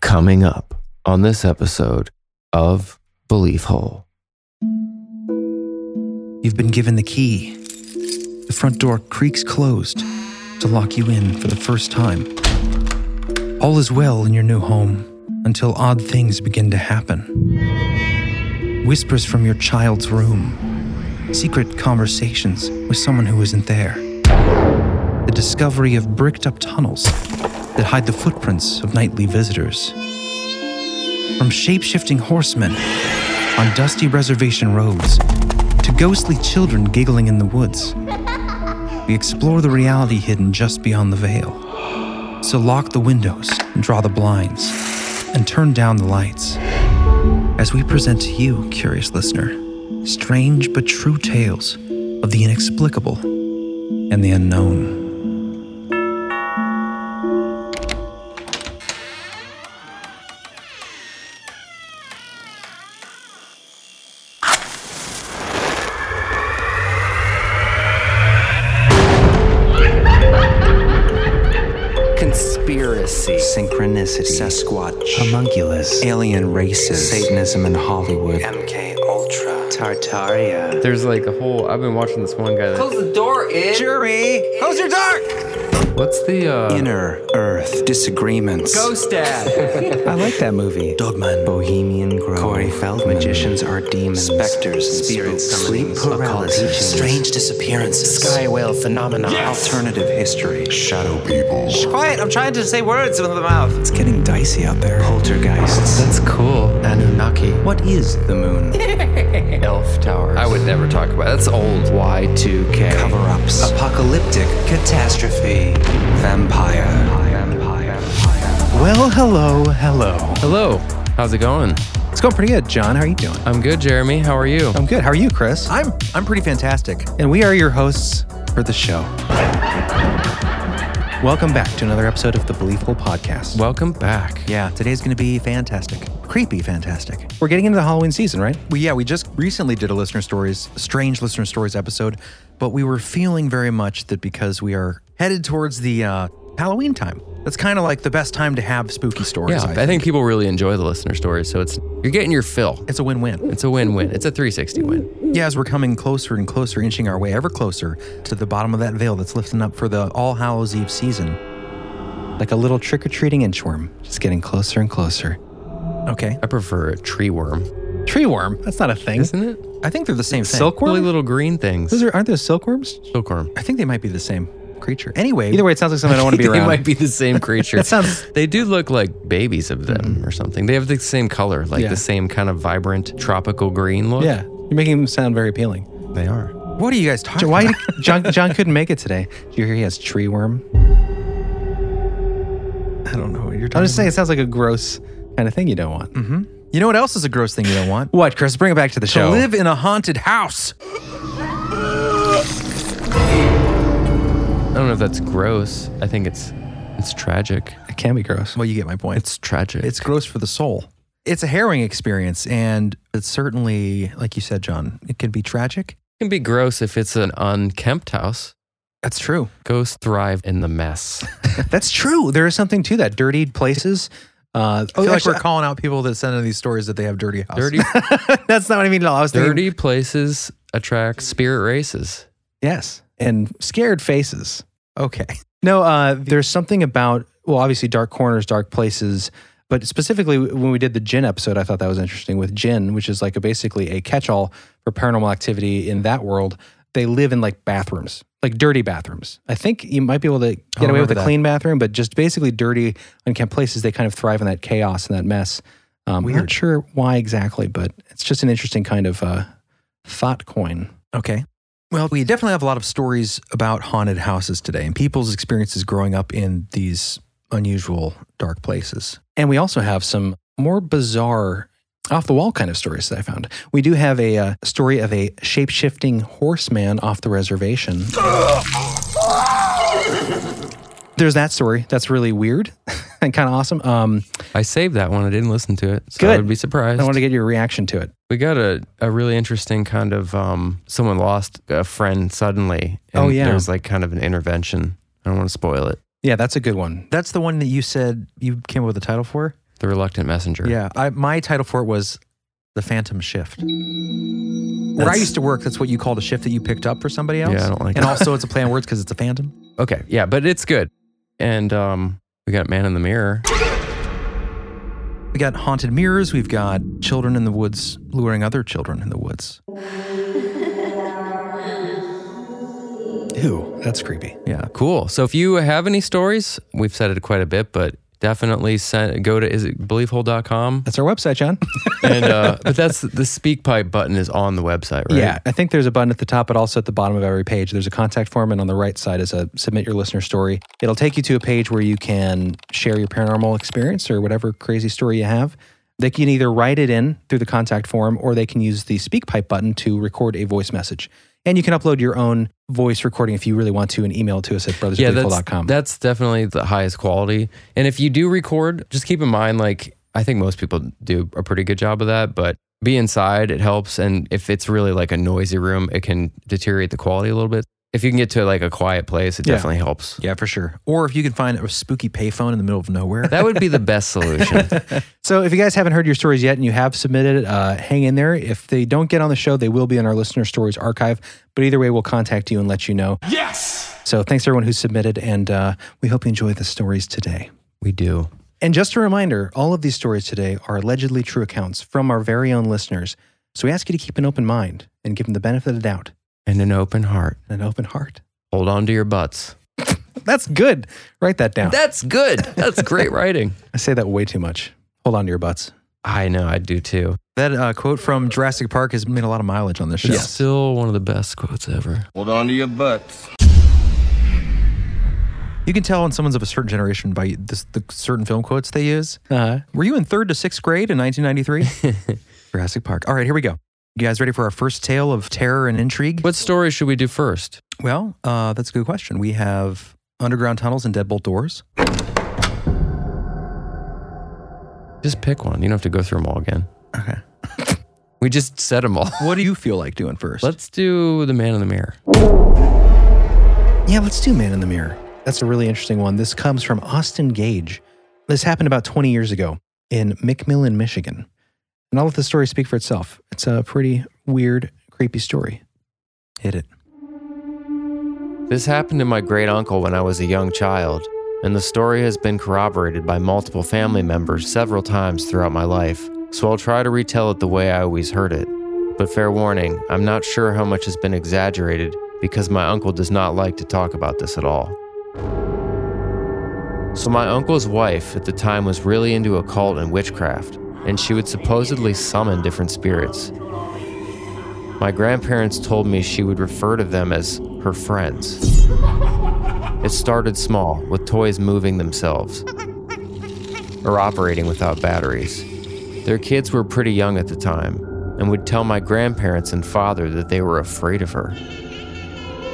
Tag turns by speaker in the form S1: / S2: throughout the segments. S1: coming up on this episode of Belief Hole.
S2: You've been given the key. The front door creaks closed to lock you in for the first time. All is well in your new home until odd things begin to happen. Whispers from your child's room, secret conversations with someone who isn't there, the discovery of bricked up tunnels that hide the footprints of nightly visitors. From shape shifting horsemen on dusty reservation roads to ghostly children giggling in the woods. We explore the reality hidden just beyond the veil. So lock the windows and draw the blinds and turn down the lights as we present to you, curious listener, strange but true tales of the inexplicable and the unknown.
S3: Conspiracy.
S4: synchronicity,
S3: Sasquatch.
S4: homunculus,
S3: Alien races.
S4: Satanism in Hollywood,
S3: MK Ultra.
S4: Tartaria.
S5: There's like a whole. I've been watching this one guy. That,
S3: Close the door, in.
S4: Jury, close your door.
S5: what's the uh,
S4: Inner Earth disagreements.
S3: Ghost dad.
S4: I like that movie.
S2: Dogman.
S4: Bohemian Grove. Corey Feldman. Magicians are demons. Specters. Spirits. Sleep paralysis. Strange disappearances. Sky whale phenomena. Alternative history. Shadow people.
S3: Quiet, I'm trying to say words with my mouth.
S4: It's getting dicey out there. Poltergeists.
S5: That's cool.
S4: Anunnaki. What is the moon? Elf towers.
S5: I would never talk about. That's old. Y2K.
S4: cover ups, apocalyptic catastrophe, vampire.
S2: Well, hello, hello.
S5: Hello. How's it going?
S2: It's going pretty good, John. How are you doing?
S5: I'm good, Jeremy. How are you?
S2: I'm good. How are you, Chris?
S4: I'm I'm pretty fantastic.
S2: and we are your hosts for the show. Welcome back to another episode of the Believable Podcast.
S5: Welcome back.
S4: Yeah,
S2: today's going to be fantastic, creepy fantastic. We're getting into the Halloween season, right?
S4: We yeah, we just recently did a listener stories, strange listener stories episode, but we were feeling very much that because we are headed towards the uh, Halloween time. That's kind of like the best time to have spooky stories.
S5: Yeah, I think people really enjoy the listener stories, so it's you're getting your fill.
S4: it's a win-win.
S5: It's a win-win. It's a 360 win.
S4: Yeah, as we're coming closer and closer, inching our way ever closer to the bottom of that veil that's lifting up for the All Hallows Eve season.
S2: Like a little trick or treating inchworm, just getting closer and closer.
S4: Okay,
S5: I prefer a tree worm,
S2: Tree worm? That's not a thing.
S5: isn't it?
S4: I think they're the same thing.
S2: Silkworm?
S5: Really little green things.
S2: Those are, aren't those silkworms?
S5: Silkworm.
S4: I think they might be the same creature. Anyway,
S2: Either way, it sounds like something I don't want to be
S5: They
S2: around.
S5: might be the same creature.
S2: That sounds- Mm-hmm.
S5: They do look like babies of them or something. They have the same color, like
S2: Yeah.
S5: the same kind of vibrant tropical green look.
S2: Yeah, you're making them sound very appealing.
S5: they are.
S4: what are you guys talking?
S2: John- Why
S4: about?
S2: John, John couldn't make it today? Do you hear he has tree worm?
S4: I don't know what you're
S2: I'm
S4: talking.
S2: just saying, it sounds like a gross kind of thing you don't want.
S4: about. You know what else is a gross thing you don't want?
S2: What, Chris? Bring it back to the
S4: To
S2: show.
S4: live in a haunted house.
S5: I don't know if that's gross. I think it's it's tragic.
S2: It can be gross.
S4: Well, you get my point.
S5: It's tragic.
S4: it's gross for the soul. It's a harrowing experience, and it's certainly, like you said, John, it can be tragic.
S5: it can be gross if it's an unkempt house.
S4: That's true.
S5: Ghosts thrive in the mess.
S2: That's true. There is something to that. Dirty places. Uh,
S4: I feel like
S2: actually,
S4: we're calling out people that send in these stories that they have dirty houses.
S5: Dirty
S2: that's not what I mean at all. I was thinking,
S5: dirty places attract spirit races.
S2: yes, and scared faces.
S4: Okay.
S2: No, uh, there's something about well, obviously dark corners, dark places, but specifically when we did the gin episode, I thought that was interesting with gin, which is like a, basically a catch-all for paranormal activity in that world. They live in like bathrooms, like dirty bathrooms. I think you might be able to
S4: I
S2: get away with
S4: remember
S2: a
S4: that.
S2: clean bathroom, but just basically dirty, unkempt places. They kind of thrive in that chaos and that mess. Um, I'm
S4: Weird.
S2: not sure why exactly, but it's just an interesting kind of uh, thought coin.
S4: Okay. Well, we definitely have a lot of stories about haunted houses today and people's experiences growing up in these unusual dark places.
S2: And we also have some more bizarre, off the wall kind of stories that I found. We do have a uh, story of a shape shifting horseman off the reservation. There's that story. That's really weird and kind of awesome. Um,
S5: I saved that one. I didn't listen to it. So I
S2: Good.
S5: would be surprised.
S2: I want to get your reaction to it.
S5: we got a, a really interesting kind of um, someone lost a friend suddenly.
S2: Oh, yeah.
S5: There's like kind of an intervention. I don't want to spoil it.
S2: Yeah, that's a good one.
S4: That's the one that you said you came up with a title for?
S5: The Reluctant Messenger.
S2: Yeah, I, my title for it was the Phantom Shift. Where I
S4: That's-
S2: used to work, that's what you called a shift that you picked up for somebody else.
S5: I don't like
S2: And
S5: that.
S2: also, it's a play on words because it's a phantom.
S5: Okay. Yeah, but it's good. And um, we got Man in the Mirror.
S2: We got haunted mirrors. We've got children in the woods luring other children in the woods.
S4: Ew, that's creepy.
S2: Yeah,
S5: Cool. So if you have any stories, we've said it quite a bit, but definitely send, go to is it believehole.com.
S2: that's our website, John.
S5: And uh, but that's the speak pipe button is on the website, right?
S2: Yeah, I think there's a button at the top, but also at the bottom of every page, there's a contact form, and on the right side is a submit your listener story. It'll take you to a page where you can share your paranormal experience or whatever crazy story you have. They can either write it in through the contact form or they can use the speak pipe button to record a voice message. And you can upload your own voice recording if you really want to and email to us at
S5: Yeah, that's,
S2: brothersbigfoot.com.
S5: that's definitely the highest quality. And if you do record, just keep in mind, like, I think most people do a pretty good job of that, but be inside, it helps. And if it's really like a noisy room, it can deteriorate the quality a little bit. If you can get to like a quiet place, it
S2: Yeah.
S5: definitely helps.
S2: yeah, for sure. Or if you can find a spooky payphone in the middle of nowhere.
S5: That would be the best solution.
S2: So, if you guys haven't heard your stories yet and you have submitted, uh, hang in there. If they don't get on the show, they will be in our listener stories archive. But either way, we'll contact you and let you know. Yes. So, thanks to everyone who submitted, and uh, we hope you enjoy the stories today.
S5: we do.
S2: And just a reminder all of these stories today are allegedly true accounts from our very own listeners. So, we ask you to keep an open mind and give them the benefit of the doubt
S5: And an open heart.
S2: and an open heart.
S5: Hold on to your butts.
S2: That's good. Write that down.
S5: That's good. That's great writing.
S2: I say that way too much. Hold on to your butts.
S5: I know, I do too.
S2: That uh, quote from Jurassic Park has made a lot of mileage on this show.
S5: It's still one of the best quotes ever.
S6: Hold on to your butts.
S2: You can tell when someone's of a certain generation by this, the certain film quotes they use. Uh, Were you in third to sixth grade in 1993? Jurassic Park. All right, here we go. You guys ready for our first tale of terror and intrigue?
S5: What story should we do first?
S2: Well, uh, that's a good question. We have underground tunnels and deadbolt doors.
S5: Just pick one. You don't have to go through them all again.
S2: Okay.
S5: We just said them all.
S2: What do you feel like doing 1st
S5: Let's do the man in the mirror.
S2: Yeah, let's do Man in the Mirror. That's a really interesting one. This comes from Austin Gage. This happened about 20 years ago in McMillan, Michigan. And I'll let the story speak for itself. It's a pretty weird, creepy story. Hit it.
S5: This happened to my great uncle when I was a young child, and the story has been corroborated by multiple family members several times throughout my life, so I'll try to retell it the way I always heard it. But fair warning, I'm not sure how much has been exaggerated because my uncle does not like to talk about this at all. So, my uncle's wife at the time was really into occult and witchcraft, and she would supposedly summon different spirits. My grandparents told me she would refer to them as her friends. It started small, with toys moving themselves or operating without batteries. Their kids were pretty young at the time and would tell my grandparents and father that they were afraid of her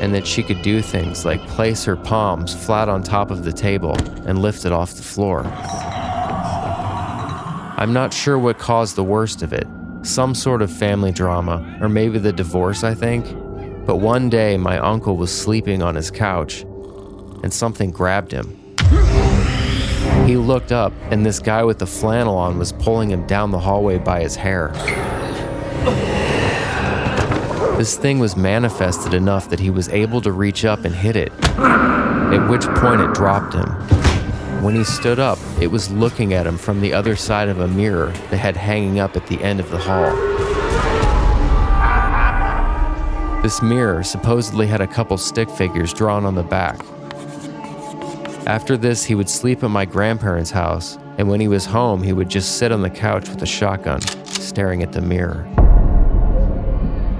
S5: and that she could do things like place her palms flat on top of the table and lift it off the floor. I'm not sure what caused the worst of it some sort of family drama, or maybe the divorce, I think. But one day, my uncle was sleeping on his couch and something grabbed him. He looked up, and this guy with the flannel on was pulling him down the hallway by his hair. This thing was manifested enough that he was able to reach up and hit it, at which point it dropped him. When he stood up, it was looking at him from the other side of a mirror that had hanging up at the end of the hall. This mirror supposedly had a couple stick figures drawn on the back. After this, he would sleep at my grandparents' house, and when he was home, he would just sit on the couch with a shotgun, staring at the mirror.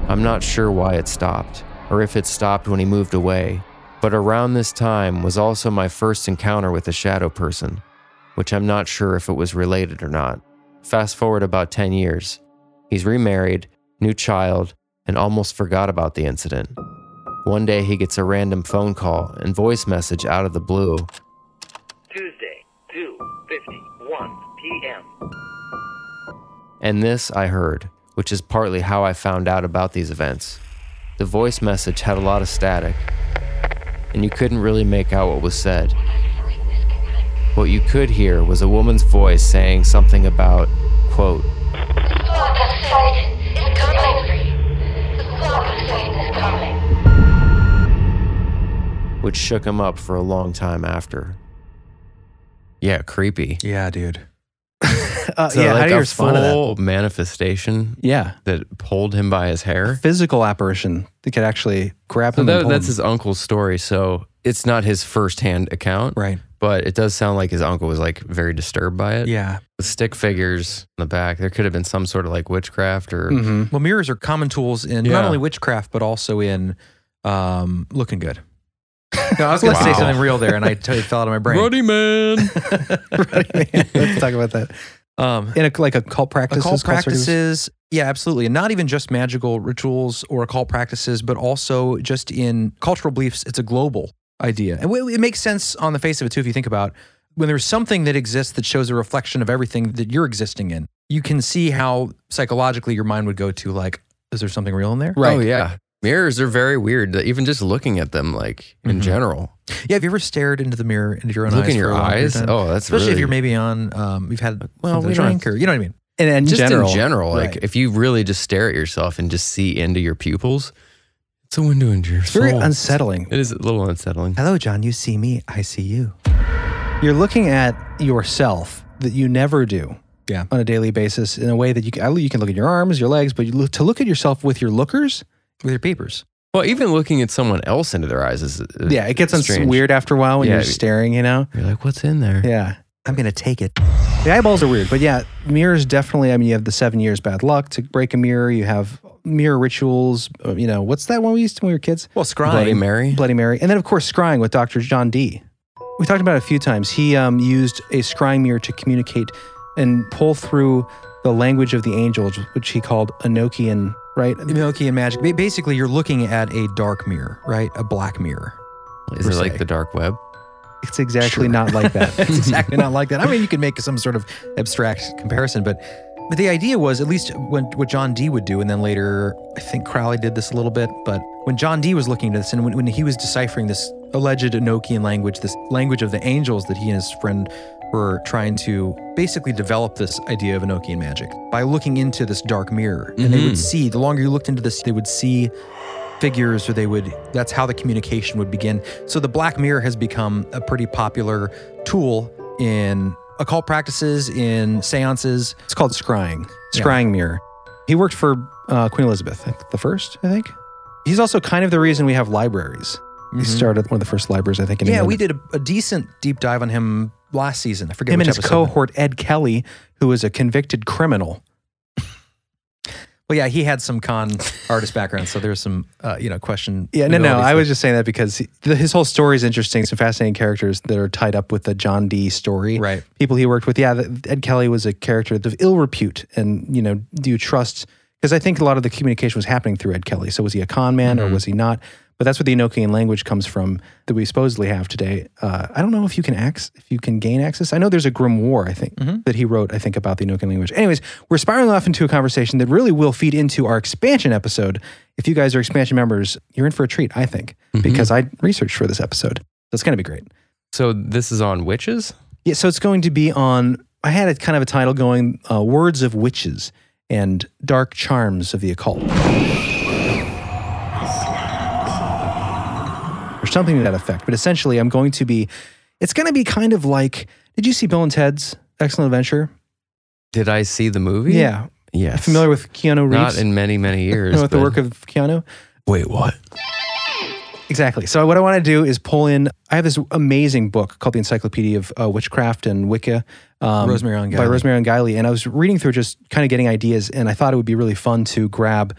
S5: I'm not sure why it stopped, or if it stopped when he moved away, but around this time was also my first encounter with a shadow person, which I'm not sure if it was related or not. Fast forward about 10 years. He's remarried, new child, and almost forgot about the incident. One day he gets a random phone call and voice message out of the blue.
S7: Tuesday, 2.51 p.m.
S5: And this I heard, which is partly how I found out about these events. The voice message had a lot of static, and you couldn't really make out what was said. What you could hear was a woman's voice saying something about, quote,
S8: Soccer side is coming. The soccer side is coming.
S5: which shook him up for a long time after. Yeah, creepy.
S2: Yeah, dude.
S4: Uh,
S5: So
S4: yeah,
S5: like
S4: how do you
S5: a
S4: respond to that?
S5: full manifestation
S4: Yeah,
S5: that pulled him by his hair.
S4: physical apparition that could actually grab
S5: So
S4: him. and
S5: that,
S4: pull
S5: that's
S4: him.
S5: his uncle's story. So it's not his firsthand account,
S4: right.
S5: but it does sound like his uncle was like very disturbed by it.
S2: Yeah.
S5: The stick figures in the back, there could have been some sort of like witchcraft or
S4: hmm Well, mirrors are common tools in not
S5: Yeah.
S4: only witchcraft but also in um, looking good.
S2: No, I was
S4: I was going to
S5: Wow.
S4: say something real there, and I totally fell out of my brain.
S5: Ruddy man.
S4: Running Man. Let's talk about that. Um, in a, like occult practices,
S2: Occult
S4: circuits?
S2: practices.
S4: Yeah, absolutely. And not even just magical rituals or occult practices, but also just in cultural beliefs, it's a global idea. And it it makes sense on the face of it, too, if you think about when there's something that exists that shows a reflection of everything that you're existing in, you can see how psychologically your mind would go to, like, is there something real in there?
S5: Oh yeah. Mirrors are very weird. Even just looking at them, like in
S4: Mhm.
S5: general,
S4: Yeah, have you ever stared into the mirror, into your own
S5: look
S4: eyes?
S5: in
S4: for
S5: your
S4: a long period of
S5: eyes.
S4: time?
S5: Oh, that's
S4: Especially if
S5: really-
S4: you're maybe on, um, you've had
S5: Well,
S4: well,
S5: we
S4: a
S5: don't-
S4: drink or, you know what I mean? And, and
S5: just in general, like
S4: Right.
S5: if you really just stare at yourself and just see into your pupils, it's a window into your
S4: It's very
S5: soul.
S4: unsettling.
S5: It is a little unsettling.
S4: Hello, John. You see me. I see you. You're looking at yourself that you never do.
S2: Yeah.
S4: On a daily basis, in a way that you can, you can look at your arms, your legs, but you look, to look at yourself with your lookers, with your peepers.
S5: Well, even looking at someone else into their eyes is uh,
S4: Yeah, it gets uns-
S5: strange.
S4: weird after a while when
S5: Yeah.
S4: you're staring. You know.
S5: You're like, what's in there?
S4: Yeah. I'm gonna take it. The eyeballs are weird, but yeah, mirrors definitely. I mean, you have the seven years bad luck to break a mirror. You have mirror rituals. uh, You know, what's that one we used to when we were kids?
S2: Well,
S5: Bloody
S2: scrying.
S5: Mary.
S4: Bloody Mary, and then of course scrying with Dr. John D. We talked about it a few times. He um, used a scrying mirror to communicate and pull through the language of the angels, which he called Enochian, right?
S2: Milky and magic. Ba- Basically, you're looking at a dark mirror, right? A black mirror.
S5: is it
S2: per
S5: like
S2: se.
S5: the dark web?
S4: It's exactly not like that.
S2: It's exactly not like that. I mean, you could make some sort of abstract comparison, but but the idea was at least when what John Dee would do, and then later I think Crowley did this a little bit. But when John Dee was looking at this, and when, when he was deciphering this alleged Enochian language, this language of the angels that he and his friend were trying to basically develop this idea of Enochian magic by looking into this dark mirror, and they would see. The longer you looked into this, they would see figures or they would that's how the communication would begin so the black mirror has become a pretty popular tool in occult practices in seances
S4: It's called scrying, scrying mirror. He worked for uh, Queen Elizabeth I think, the first, I think. He's also kind of the reason we have libraries. He started one of the first libraries, I think. In
S2: Mm-hmm. yeah
S4: England.
S2: we did a, a decent deep dive on him last season i forget
S4: Him
S2: which
S4: and his
S2: episode.
S4: cohort Ed Kelly, who is a convicted criminal.
S2: well yeah he had some con artist background so there's some uh, you know question
S4: Yeah, no, no. I was just saying that because he, the, his whole story is interesting. Some fascinating characters that are tied up with the John D. story.
S2: Right.
S4: People he worked with. Yeah, the, Ed Kelly was a character of ill repute, and you know, do you trust? Because I think a lot of the communication was happening through Ed Kelly. So was he a con man or was he not? But that's where the Enochian language comes from that we supposedly have today. Uh, I don't know if you can access, if you can gain access. I know there's a Grim War, I think, that he wrote. I think about the Enochian language. Anyways, we're spiraling off into a conversation that really will feed into our expansion episode. If you guys are expansion members, you're in for a treat, I think,
S2: Mm-hmm.
S4: because I researched for this episode. That's going to be great.
S5: So this is on witches?
S4: Yeah, so it's going to be on. I had a kind of a title going: uh, "Words of Witches and Dark Charms of the Occult," or something to that effect. But essentially, I'm going to be. It's going to be kind of like. Did you see Bill and Ted's Excellent Adventure?
S5: Did I see the movie?
S4: Yeah,
S5: Yes.
S4: familiar with Keanu
S5: Not
S4: Reeves
S5: in many, many years.
S4: with the
S5: but-
S4: work of Keanu.
S5: Wait, what?
S4: Exactly. So what I want to do is pull in. I have this amazing book called the Encyclopedia of uh, Witchcraft and Wicca, um,
S2: Rosemary Ellen
S4: by
S2: Guiley.
S4: Rosemary and Guiley, and I was reading through just kind of getting ideas, and I thought it would be really fun to grab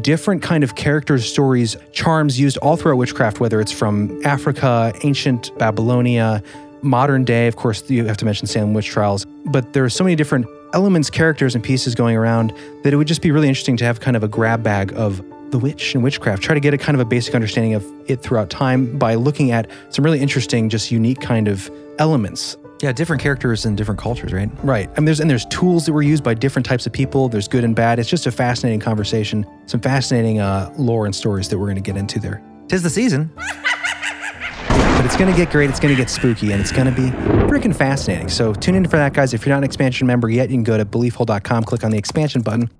S4: different kind of characters, stories, charms used all throughout witchcraft, whether it's from Africa, ancient Babylonia, modern day. Of course, you have to mention Salem witch trials, but there are so many different elements, characters, and pieces going around that it would just be really interesting to have kind of a grab bag of the witch and witchcraft. Try to get a kind of a basic understanding of it throughout time by looking at some really interesting, just unique kind of elements.
S2: yeah different characters in different cultures right
S4: Right. And there's and there's tools that were used by different types of people. There's good and bad. It's just a fascinating conversation. Some fascinating uh, lore and stories that we're going to get into there.
S2: tis the season but
S4: it's going to get great. It's going to get spooky, and it's going to be freaking fascinating. So tune in for that, guys. If you're not an expansion member yet, you can go to beliefhole.com, click on the expansion button,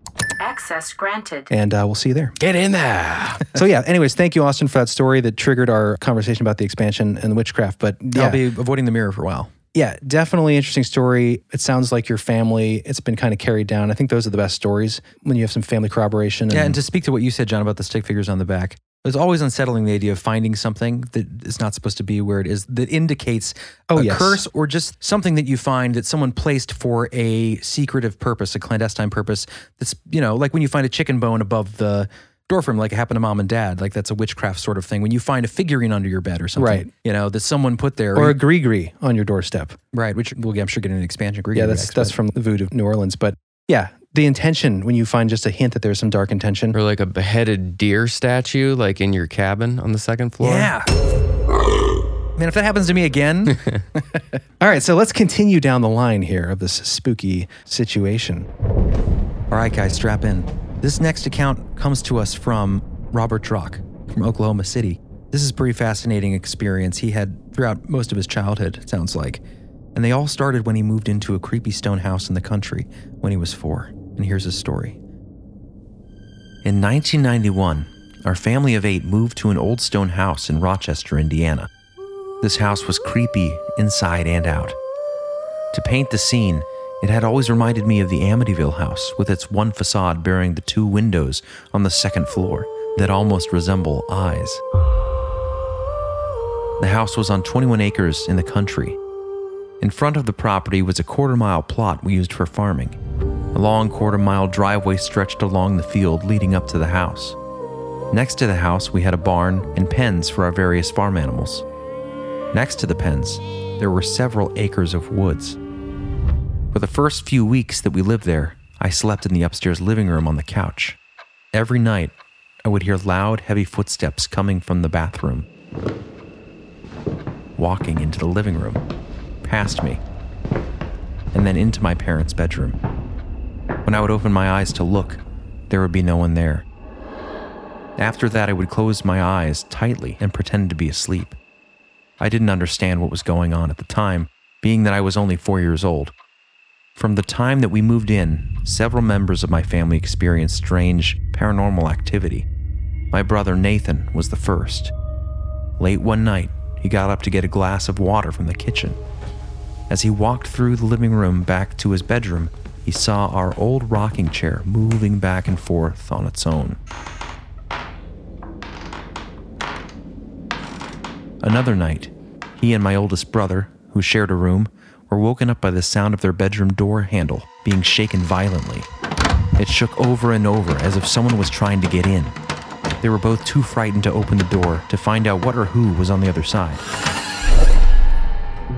S9: Access granted.
S4: and uh, we'll see you there.
S5: Get in there.
S4: So yeah. Anyways, thank you, Austin, for that story that triggered our conversation about the expansion and the witchcraft. But yeah,
S2: I'll be avoiding the mirror for a while.
S4: yeah, definitely interesting story. It sounds like your family. It's been kind of carried down. I think those are the best stories when you have some family corroboration.
S2: Yeah, and to speak to what you said, John, about the stick figures on the back, it's always unsettling the idea of finding something that is not supposed to be where it is that indicates
S4: Oh,
S2: a
S4: yes.
S2: curse or just something that you find that someone placed for a secretive purpose, a clandestine purpose. That's you know like when you find a chicken bone above the doorframe, like it happened to mom and dad. Like that's a witchcraft sort of thing. When you find a figurine under your bed or something,
S4: Right.
S2: You know that someone put there,
S4: or a gree gree on your doorstep.
S2: right? Which we'll get, I'm sure get an expansion. Grigri
S4: Yeah, that's
S2: Rex,
S4: that's
S2: but-
S4: from the Voodoo of New Orleans. But yeah, the intention when you find just a hint that there's some dark intention.
S5: Or like a beheaded deer statue, like in your cabin on the second floor.
S2: yeah. Man, if that happens to me again,
S4: All right, so let's continue down the line here of this spooky situation.
S2: All right, guys, strap in. This next account comes to us from Robert Drock from Oklahoma City. This is a pretty fascinating experience he had throughout most of his childhood, it sounds like. And they all started when he moved into a creepy stone house in the country when he was four. And here's his story. In 1991, our family of eight moved to an old stone house in Rochester, Indiana. This house was creepy inside and out. To paint the scene, it had always reminded me of the Amityville house, with its one facade bearing the two windows on the second floor that almost resemble eyes. The house was on 21 acres in the country. In front of the property was a quarter mile plot we used for farming. A long quarter mile driveway stretched along the field leading up to the house. Next to the house, we had a barn and pens for our various farm animals. Next to the pens, there were several acres of woods. For the first few weeks that we lived there, I slept in the upstairs living room on the couch. Every night, I would hear loud, heavy footsteps coming from the bathroom, walking into the living room, past me, and then into my parents' bedroom. When I would open my eyes to look, there would be no one there. After that, I would close my eyes tightly and pretend to be asleep. I didn't understand what was going on at the time, being that I was only four years old. From the time that we moved in, several members of my family experienced strange paranormal activity. My brother Nathan was the first. Late one night, he got up to get a glass of water from the kitchen. As he walked through the living room back to his bedroom, he saw our old rocking chair moving back and forth on its own. Another night, he and my oldest brother, who shared a room, were woken up by the sound of their bedroom door handle being shaken violently. It shook over and over as if someone was trying to get in. They were both too frightened to open the door to find out what or who was on the other side.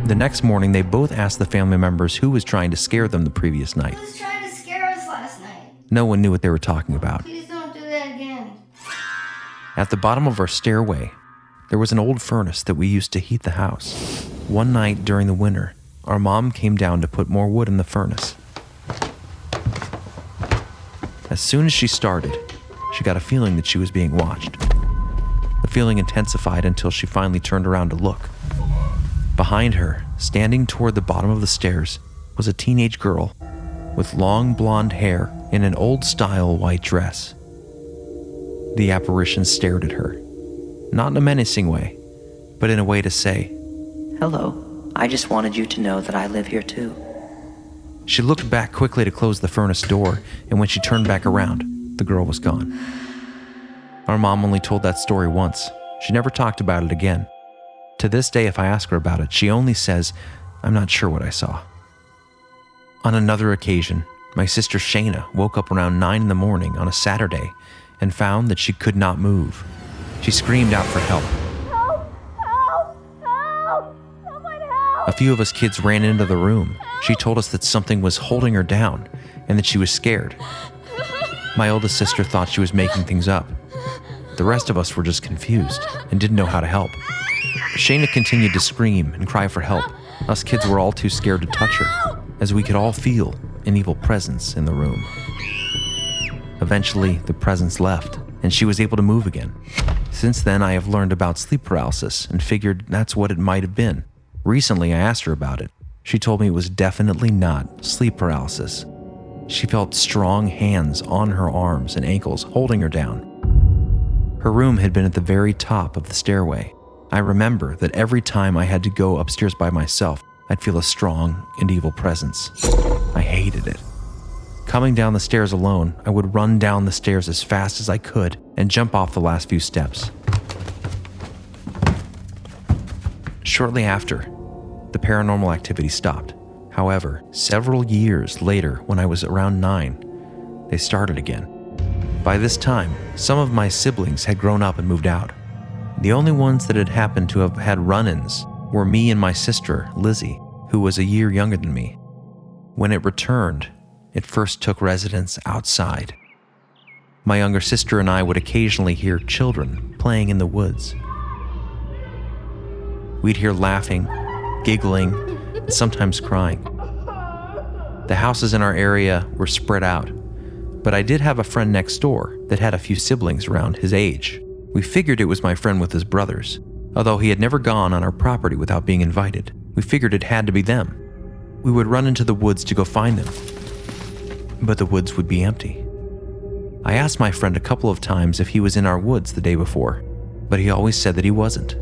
S2: The next morning, they both asked the family members who was trying to scare them the previous night.
S8: was trying to scare us last night.
S2: No one knew what they were talking about.
S8: Please don't do that again.
S2: At the bottom of our stairway, there was an old furnace that we used to heat the house. One night during the winter, our mom came down to put more wood in the furnace. As soon as she started, she got a feeling that she was being watched. The feeling intensified until she finally turned around to look. Behind her, standing toward the bottom of the stairs, was a teenage girl with long blonde hair in an old style white dress. The apparition stared at her, not in a menacing way, but in a way to say,
S10: Hello. I just wanted you to know that I live here too.
S2: She looked back quickly to close the furnace door, and when she turned back around, the girl was gone. Our mom only told that story once. She never talked about it again. To this day, if I ask her about it, she only says, I'm not sure what I saw. On another occasion, my sister Shayna woke up around 9 in the morning on a Saturday and found that she could not move. She screamed out for help. A few of us kids ran into the room. She told us that something was holding her down and that she was scared. My oldest sister thought she was making things up. The rest of us were just confused and didn't know how to help. Shayna continued to scream and cry for help. Us kids were all too scared to touch her, as we could all feel an evil presence in the room. Eventually, the presence left, and she was able to move again. Since then, I have learned about sleep paralysis and figured that's what it might have been. Recently, I asked her about it. She told me it was definitely not sleep paralysis. She felt strong hands on her arms and ankles holding her down. Her room had been at the very top of the stairway. I remember that every time I had to go upstairs by myself, I'd feel a strong and evil presence. I hated it. Coming down the stairs alone, I would run down the stairs as fast as I could and jump off the last few steps. Shortly after, the paranormal activity stopped. However, several years later, when I was around nine, they started again. By this time, some of my siblings had grown up and moved out. The only ones that had happened to have had run ins were me and my sister, Lizzie, who was a year younger than me. When it returned, it first took residence outside. My younger sister and I would occasionally hear children playing in the woods. We'd hear laughing, giggling, and sometimes crying. The houses in our area were spread out, but I did have a friend next door that had a few siblings around his age. We figured it was my friend with his brothers, although he had never gone on our property without being invited. We figured it had to be them. We would run into the woods to go find them, but the woods would be empty. I asked my friend a couple of times if he was in our woods the day before, but he always said that he wasn't.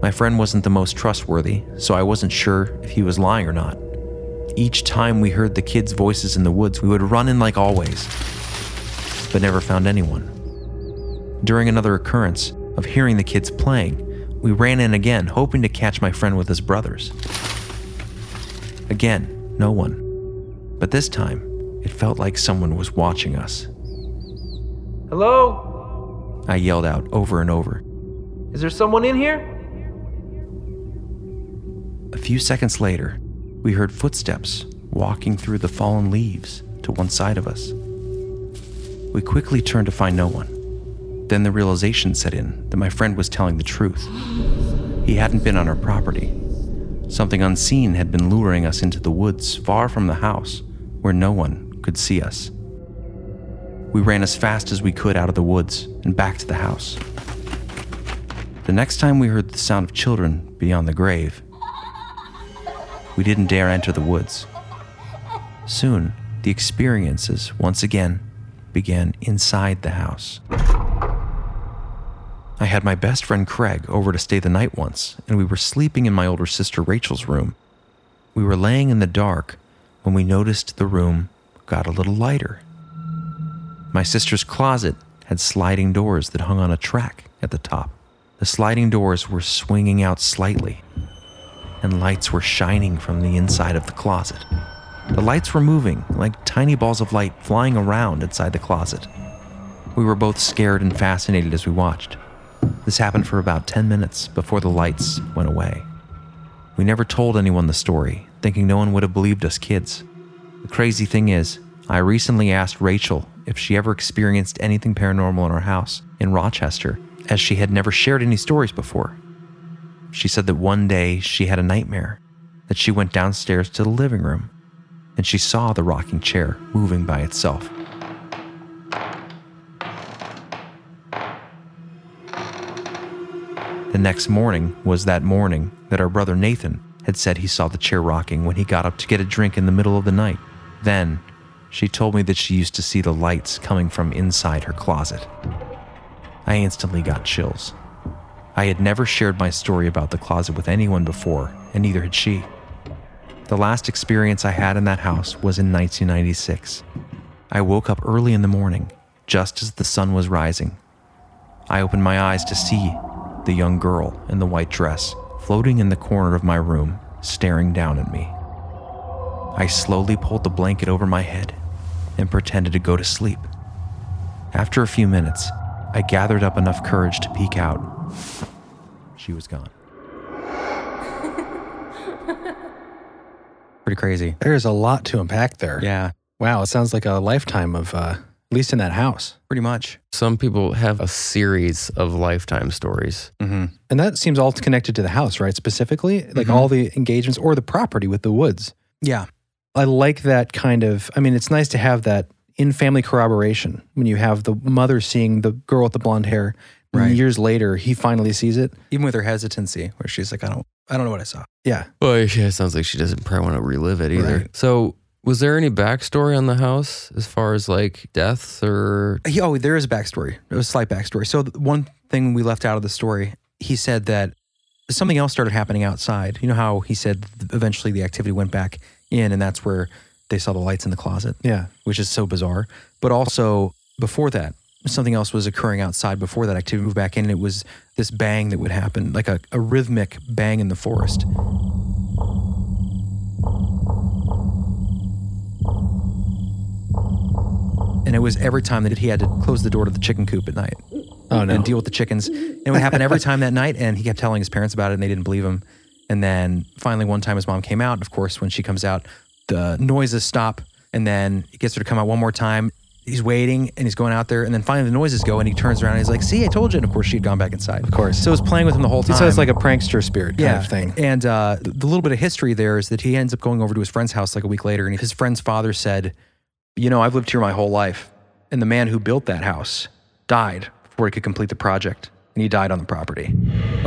S2: My friend wasn't the most trustworthy, so I wasn't sure if he was lying or not. Each time we heard the kids' voices in the woods, we would run in like always, but never found anyone. During another occurrence of hearing the kids playing, we ran in again, hoping to catch my friend with his brothers. Again, no one but this time it felt like someone was watching us.
S3: Hello?
S2: I yelled out over and over.
S3: Is there someone in here?
S2: A few seconds later, we heard footsteps walking through the fallen leaves to one side of us. We quickly turned to find no one. Then the realization set in that my friend was telling the truth. He hadn't been on our property. Something unseen had been luring us into the woods far from the house where no one could see us. We ran as fast as we could out of the woods and back to the house. The next time we heard the sound of children beyond the grave, we didn't dare enter the woods. Soon, the experiences once again began inside the house. I had my best friend Craig over to stay the night once, and we were sleeping in my older sister Rachel's room. We were laying in the dark when we noticed the room got a little lighter. My sister's closet had sliding doors that hung on a track at the top. The sliding doors were swinging out slightly, and lights were shining from the inside of the closet. The lights were moving like tiny balls of light flying around inside the closet. We were both scared and fascinated as we watched. This happened for about 10 minutes before the lights went away. We never told anyone the story, thinking no one would have believed us kids. The crazy thing is, I recently asked Rachel if she ever experienced anything paranormal in our house in Rochester, as she had never shared any stories before. She said that one day she had a nightmare, that she went downstairs to the living room, and she saw the rocking chair moving by itself. The next morning was that morning that our brother Nathan had said he saw the chair rocking when he got up to get a drink in the middle of the night. Then, she told me that she used to see the lights coming from inside her closet. I instantly got chills. I had never shared my story about the closet with anyone before, and neither had she. The last experience I had in that house was in 1996. I woke up early in the morning, just as the sun was rising. I opened my eyes to see the young girl in the white dress floating in the corner of my room, staring down at me. I slowly pulled the blanket over my head and pretended to go to sleep. After a few minutes, I gathered up enough courage to peek out. She was gone.
S4: Pretty crazy. There's a lot to unpack there.
S2: Yeah,
S4: Wow. It sounds like a lifetime of, uh, at least in that house.
S2: pretty much.
S5: Some people have a series of lifetime stories.
S2: Mm-hmm.
S4: And that seems all connected to the house, right? Specifically, like all the engagements or the property with the woods.
S2: Yeah.
S4: I like that kind of. I mean, it's nice to have that in family corroboration when you have the mother seeing the girl with the blonde hair,
S11: Right.
S2: Years later, he finally sees it, even with her hesitancy, where she's like, "I don't, I don't know what I saw." Yeah,
S4: Well, yeah, it sounds like she doesn't probably want to relive it either.
S11: Right.
S4: So, was there any backstory on the house as far as like deaths or?
S2: He, oh, there is a backstory, a slight backstory. So th- one thing we left out of the story, he said that something else started happening outside. You know how he said th- eventually the activity went back in, and that's where they saw the lights in the closet. Yeah, which is so bizarre. But also before that, something else was occurring outside before that activity moved back in. And it was this bang that would happen, like a, a rhythmic bang in the forest. And it was every time that he had to close the door to the chicken coop at night. Oh no! And deal with the chickens. And it would happen every time that night. And he kept telling his parents about it, and they didn't believe him. And then finally, one time, his mom came out. And of course, when she comes out, the noises stop. And then he gets her to come out one more time. He's waiting, and he's going out there. And then finally, the noises go, and he turns around, and he's like, "See, I told you." And of course, she had gone back inside. Of course. So it was playing with him the whole time.
S4: So it's like a prankster spirit kind
S2: yeah.
S4: of thing.
S2: And uh, the little bit of history there is that he ends up going over to his friend's house like a week later, and his friend's father said, "You know, I've lived here my whole life, and the man who built that house died before he could complete the project, and he died on the property."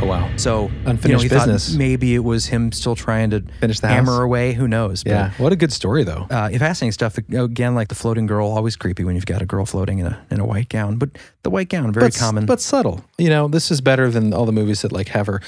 S4: Oh wow!
S2: So
S4: Unfinished
S2: you know, he thought
S4: business.
S2: Maybe it was him still trying to
S4: Finish the
S2: hammer
S4: house?
S2: away. Who knows? But,
S4: Yeah, what a good story though.
S2: uh, fascinating stuff. Again, like the floating girl, always creepy when you've got a girl floating in a in a white gown. But the white gown, very
S4: but, s-
S2: common.
S4: but subtle. You know, this is better than all the movies that like have her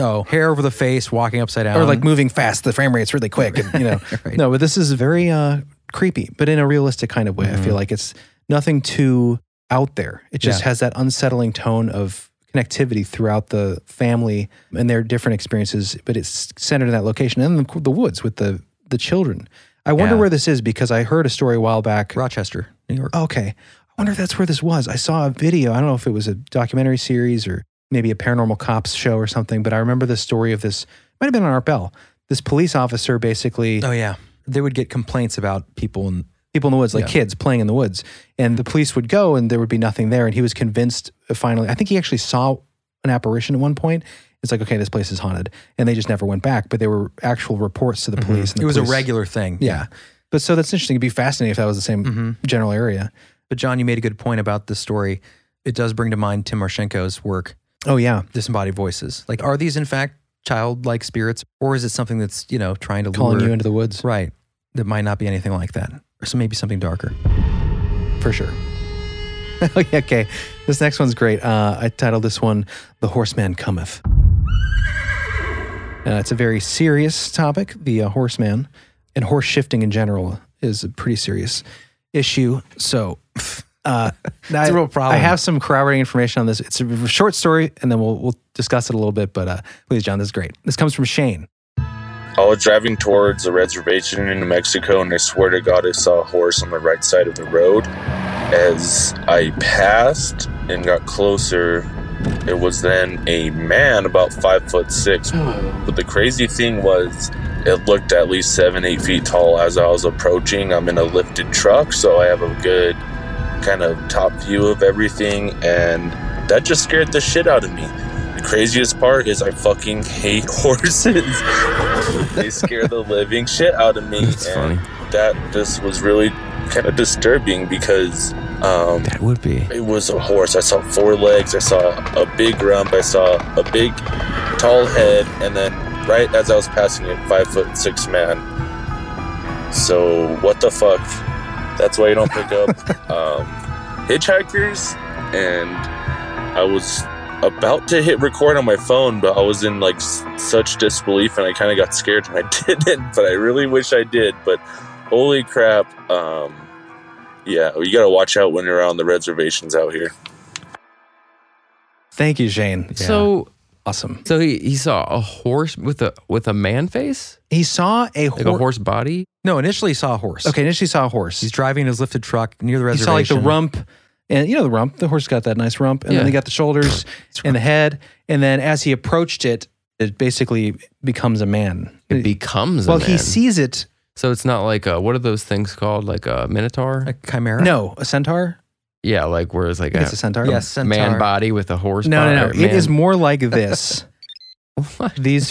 S2: oh, hair over the face, walking upside down,
S4: or like moving fast. The frame rate's really quick. And, you know,
S2: Right.
S4: no, but this is very uh, creepy, but in a realistic kind of way. I feel like it's nothing too out there. It just
S2: Mm-hmm. Yeah.
S4: has that unsettling tone of connectivity throughout the family and their different experiences, but it's centered in that location and the, the woods with the the children. I wonder
S2: Yeah.
S4: where this is because I heard a story a while back.
S2: Rochester, New York.
S4: Okay. I wonder if that's where this was. I saw a video. I don't know if it was a documentary series or maybe a paranormal cops show or something, but I remember the story of this. Might have been on Art Bell. This police officer basically,
S2: Oh yeah, they would get complaints about people and
S4: people in the woods, like kids playing in the woods, and the police would go and there would be nothing there. And he was convinced uh, finally, I think he actually saw an apparition at one point. It's like, okay, this place is haunted. And they just never went back, but there were actual reports to the police.
S2: Mm-hmm.
S4: And
S2: it
S4: the
S2: was a
S4: police-
S2: regular thing.
S4: Yeah. But so that's interesting. It'd be fascinating if that was the same
S2: Mm-hmm.
S4: general area.
S2: But John, you made a good point about the story. It does bring to mind Tim Marshenko's work,
S4: Oh, yeah.
S2: Disembodied Voices. Like, are these in fact childlike spirits, or is it something that's you know trying to
S4: Calling
S2: lure,
S4: you into the woods.
S2: right? That might not be anything like that, or so maybe something darker.
S4: for sure. okay, okay. This next one's great. Uh, I titled this one "The Horseman Cometh." Uh, it's a very serious topic. The uh, horseman and horse shifting in general is a pretty serious issue. So, uh, I-
S2: real problem.
S4: I have some corroborating information on this. It's a short story, and then we'll we'll discuss it a little bit. But uh, please, John, this is great. This comes from Shane.
S12: I was driving towards a reservation in New Mexico, and I swear to God, I saw a horse on the right side of the road. As I passed and got closer, it was then a man about five foot six. But the crazy thing was, it looked at least seven, eight feet tall as I was approaching. I'm in a lifted truck, so I have a good kind of top view of everything, and that just scared the shit out of me. The craziest part is I fucking hate horses. they scare the living shit out of me.
S5: That's
S12: and That this was really kind of disturbing because um,
S5: That would be.
S12: it was a horse. I saw four legs. I saw a big rump. I saw a big, tall head. And then right as I was passing it, five foot six man. So what the fuck? That's why you don't pick up um, hitchhikers. And I was about to hit record on my phone, but I was in like s- such disbelief, and I kind of got scared, and I didn't. But I really wish I did. But holy crap! Um, yeah, you gotta watch out when you're on the reservations out here.
S4: Thank you, Shane.
S5: So,
S4: awesome.
S5: so he, he saw a horse with a with a man face,
S4: He saw a,
S5: like a
S4: hor-
S5: horse body.
S2: No, initially he saw a horse.
S4: Okay, initially saw a horse.
S2: he's driving his lifted truck near the
S4: You saw
S2: reservation.
S4: like the rump, and you know the rump. The horse got that nice rump, and
S5: Yeah.
S4: then they got the shoulders and the head, and then as he approached it, it basically becomes a man.
S5: It becomes
S4: well,
S5: a man.
S4: he sees it.
S5: so it's not like a, what are those things called? Like a minotaur?
S2: a chimera.
S4: No, a centaur.
S5: yeah, like where it's like
S4: I think
S5: a,
S4: it's a centaur.
S2: yes, centaur.
S5: man body with a horse.
S4: No,
S5: body,
S4: no,
S5: or
S4: no.
S5: man-
S4: It is more like this. These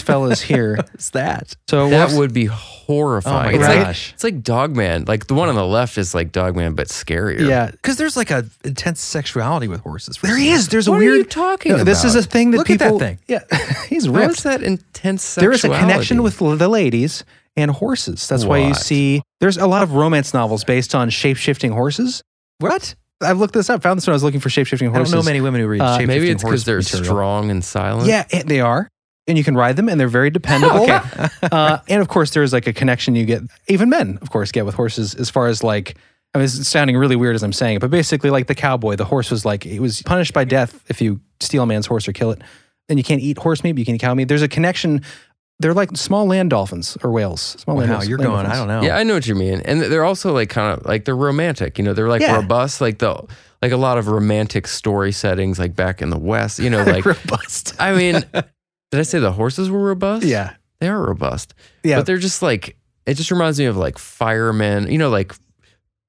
S4: fellas here.
S5: What's that?
S4: So
S5: That
S4: we're-
S5: would be horrifying.
S4: Oh my
S5: it's
S4: gosh.
S5: like it's like Dogman. Like the one on the left is like Dogman, but scarier.
S4: yeah.
S2: Because Uh, there's like a intense sexuality with horses. for
S4: There
S2: some
S4: he is.
S2: reason.
S4: There's a
S5: What are
S4: weird.
S5: you talking
S4: No, This is a
S5: about?
S4: thing that
S2: Look at that
S4: people.
S2: thing.
S4: Yeah, he's
S5: How
S4: ripped.
S5: is that intense?
S4: there is a
S5: sexuality?
S4: connection with l- the ladies and horses. That's why you
S5: What?
S4: see there's a lot of romance novels based on shape shifting horses. What? I looked this up. Found this when I was looking for shape shifting
S2: I don't
S4: horses.
S2: know many women who read
S4: Uh,
S2: shape
S5: Maybe it's because
S2: horse
S5: they're
S2: material.
S5: strong and silent.
S4: Yeah, and they are. And you can ride them, and they're very dependable.
S5: Okay.
S4: uh, and of course, there's like a connection you get. Even men, of course, get with horses as far as like. I mean, it's sounding really weird as I'm saying it, but basically, like the cowboy, the horse was like it was punished by death if you steal a man's horse or kill it. And you can't eat horse meat, but you can eat cow meat. There's a connection. They're like small land dolphins or whales. Small land
S2: Wow,
S4: dolphins,
S2: you're
S4: land
S2: going. Oh, I
S4: dolphins.
S2: don't know.
S5: Yeah, I know what you mean. And they're also like kind of like they're romantic. You know, they're like
S4: Yeah.
S5: robust, like the like a lot of romantic story settings, like back in the West. You know, like
S4: robust.
S5: I mean, did I say the horses were robust?
S4: Yeah,
S5: they are robust.
S4: yeah.
S5: but they're just like it just reminds me of like firemen. You know, like.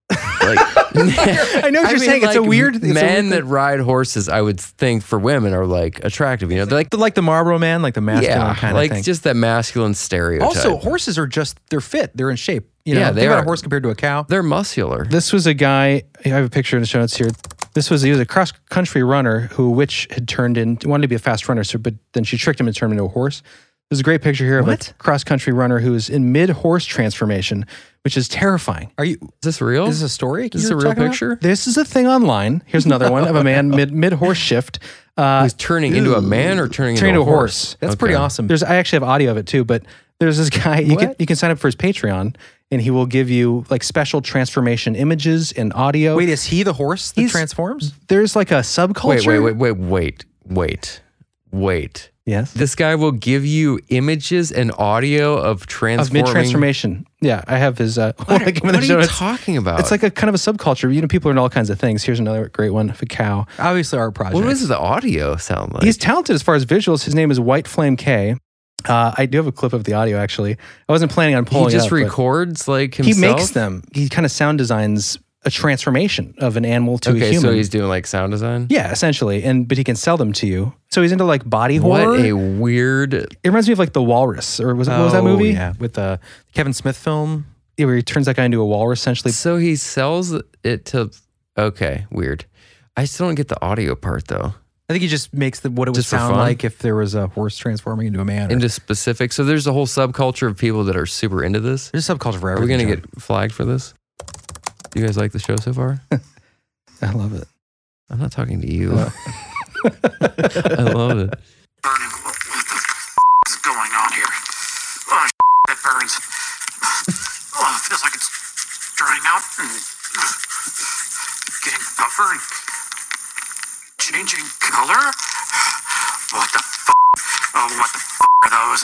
S5: like, I
S4: know what you're saying. It's a weird- it's a
S5: men
S4: weird
S5: that ride horses. I would think for women are like attractive. You know, they're like
S2: The- like the Marlboro Man, like the masculine
S5: yeah,
S2: kind
S5: like
S2: of thing.
S5: just that masculine stereotype.
S2: also, horses are just they're fit. They're in shape. You know,
S5: Yeah,
S2: think
S5: they
S2: about
S5: are.
S2: a horse compared to a cow.
S5: they're muscular.
S4: This was a guy. I have a picture in the show notes here. This was he was a cross country runner who a witch had turned in wanted to be a fast runner, so but then she tricked him and turned him into a horse. There's a great picture here of
S2: What?
S4: a cross country runner who is in mid horse transformation, which is terrifying.
S2: Are you?
S5: Is this real?
S2: Is this a story?
S5: Is this
S2: you
S5: a
S2: were
S5: real
S2: talking about?
S5: picture?
S4: This is a thing online. Here's another one of a man mid mid horse shift. Uh,
S5: He's turning into a man or turning,
S4: turning
S5: into a horse?
S2: That's pretty
S5: Okay.
S2: awesome.
S4: There's I actually have audio of it too, but there's this guy you can
S2: What?
S4: you can sign up for his Patreon and he will give you like special transformation images and audio.
S2: Wait, is he the horse that
S4: He's-
S2: transforms?
S4: there's like a subculture.
S5: Wait, wait, wait, wait, wait, wait, wait.
S4: Yes.
S5: This guy will give you images and audio of
S4: of
S5: transforming.
S4: mid transformation. Yeah, I have his. Uh, what,
S5: What are you talking about?
S4: It's like a kind of a subculture. You know, people are in all kinds of things. Here's another great one of a cow.
S2: Obviously, our project.
S5: what does the audio sound like?
S4: He's talented as far as visuals. His name is White Flame K. Uh, I do have a clip of the audio actually. I wasn't planning on
S5: he
S4: pulling.
S5: just
S4: it up, but
S5: records like
S4: He
S5: himself.
S4: makes them. He kind of sound designs a transformation of an animal to a
S5: Okay,
S4: human.
S5: so he's doing like sound design.
S4: yeah, essentially, and but he can sell them to you. So he's into like body
S5: What
S4: horror.
S5: a weird.
S4: it reminds me of like the Walrus, or was it, what was that
S2: Oh,
S4: movie?
S2: Yeah, with the Kevin Smith film.
S4: Yeah, where he turns that guy into a walrus. Essentially,
S5: So he sells it to. Okay, weird. I still don't get the audio part though.
S2: I think he just makes the, what it would
S5: Just for
S2: sound
S5: fun?
S2: like if there was a horse transforming into a man. or-
S5: Into specific. So there's a whole subculture of people that are super into this.
S2: there's a subculture for
S5: Are we
S2: everything.
S5: gonna
S2: John.
S5: get flagged for this? Do you guys like the show so far?
S4: I love it.
S5: I'm not talking to you. I love it.
S7: Bernie, what, what the f- is going on here? Oh, sh- that burns. Oh, it feels like it's drying out and getting tougher and changing color. What the f? Oh, what the f are those?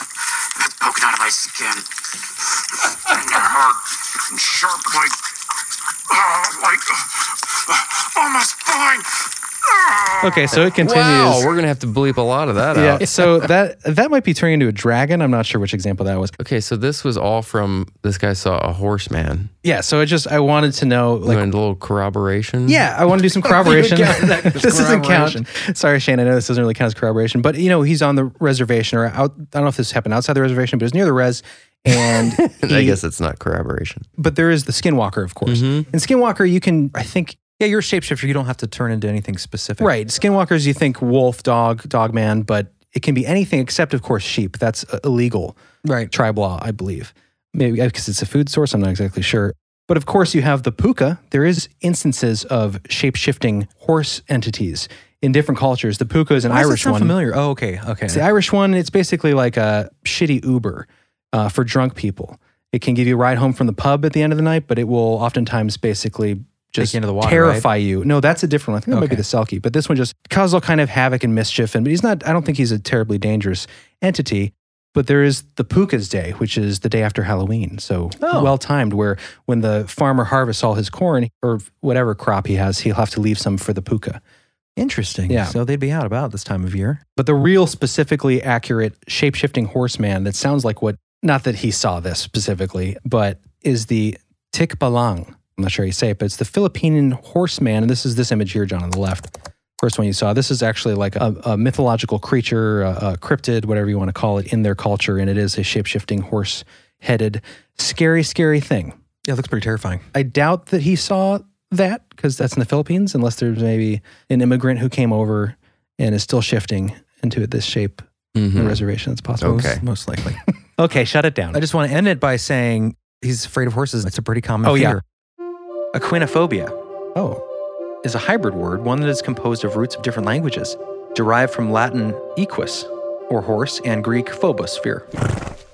S7: That's poking out of my skin. And they're hard and sharp like. Oh, like. Oh, my spine! Oh.
S4: Okay, so it continues.
S5: Wow, we're gonna have to bleep a lot of that
S4: yeah.
S5: out.
S4: So that that might be turning into a dragon. I'm not sure which example that was.
S5: Okay, so this was all from this guy saw a horseman.
S4: Yeah. So I just I wanted to know
S5: Like,
S4: like.
S5: you want a little corroboration.
S4: Yeah, I want to do some corroboration.
S2: that was
S4: this doesn't count.
S2: corroboration.
S4: Sorry, Shane. I know this doesn't really count as corroboration, but you know he's on the reservation, or out. I don't know if this happened outside the reservation, but it's near the res. And
S5: I
S4: he-
S5: guess it's not corroboration.
S4: but there is the Skinwalker, of course.
S2: Mm-hmm.
S4: And Skinwalker, you can I think
S2: Yeah, you're a shapeshifter. You don't have to turn into anything specific.
S4: Right. Skinwalkers, you think wolf, dog, dog man, but it can be anything except, of course, sheep. That's uh, illegal. Right. Tribe law, I believe. Maybe because it's a food source. I'm not exactly sure. But of course, you have the puka. There is instances of shape shifting horse entities in different cultures. The puka is an
S2: Why does that
S4: Irish
S2: sound
S4: one.
S2: Familiar. Oh, okay. Okay.
S4: It's the Irish one. It's basically like a shitty Uber uh, for drunk people. It can give you a ride home from the pub at the end of the night, but it will oftentimes basically just
S2: you into the water,
S4: terrify you. No, that's a different one. I think that might be
S2: Okay.
S4: the Selkie, but this one just causes all kind of havoc and mischief. And but he's not. I don't think he's a terribly dangerous entity. But there is the Puka's Day, which is the day after Halloween. So
S2: Oh.
S4: well timed, where when the farmer harvests all his corn or whatever crop he has, he'll have to leave some for the Puka.
S2: Interesting.
S4: Yeah.
S2: So they'd be out about this time of year.
S4: But the real specifically accurate shape shifting horseman that sounds like what, not that he saw this specifically, but is the Tikbalang. I'm not sure how you say it, but it's the Philippine horseman. And this is this image here, John, on the left. first one you saw. This is actually like a, a mythological creature, a, a cryptid, whatever you want to call it, in their culture, and it is a shape shifting horse headed, scary, scary thing.
S2: Yeah, it looks pretty terrifying.
S4: I doubt that he saw that because that's in the Philippines, unless there's maybe an immigrant who came over and is still shifting into this shape. in
S2: Mm-hmm.
S4: The reservation that's possible.
S5: Hmm. Okay.
S2: Most, most likely.
S4: Okay, shut it down.
S2: I just want to end it by saying he's afraid of horses. It's a pretty common
S4: Oh, yeah.
S2: fear.
S4: Aquinophobia. Oh. Is a hybrid word, one that is composed of roots of different languages, derived from Latin equus, or horse, and Greek phobos, fear.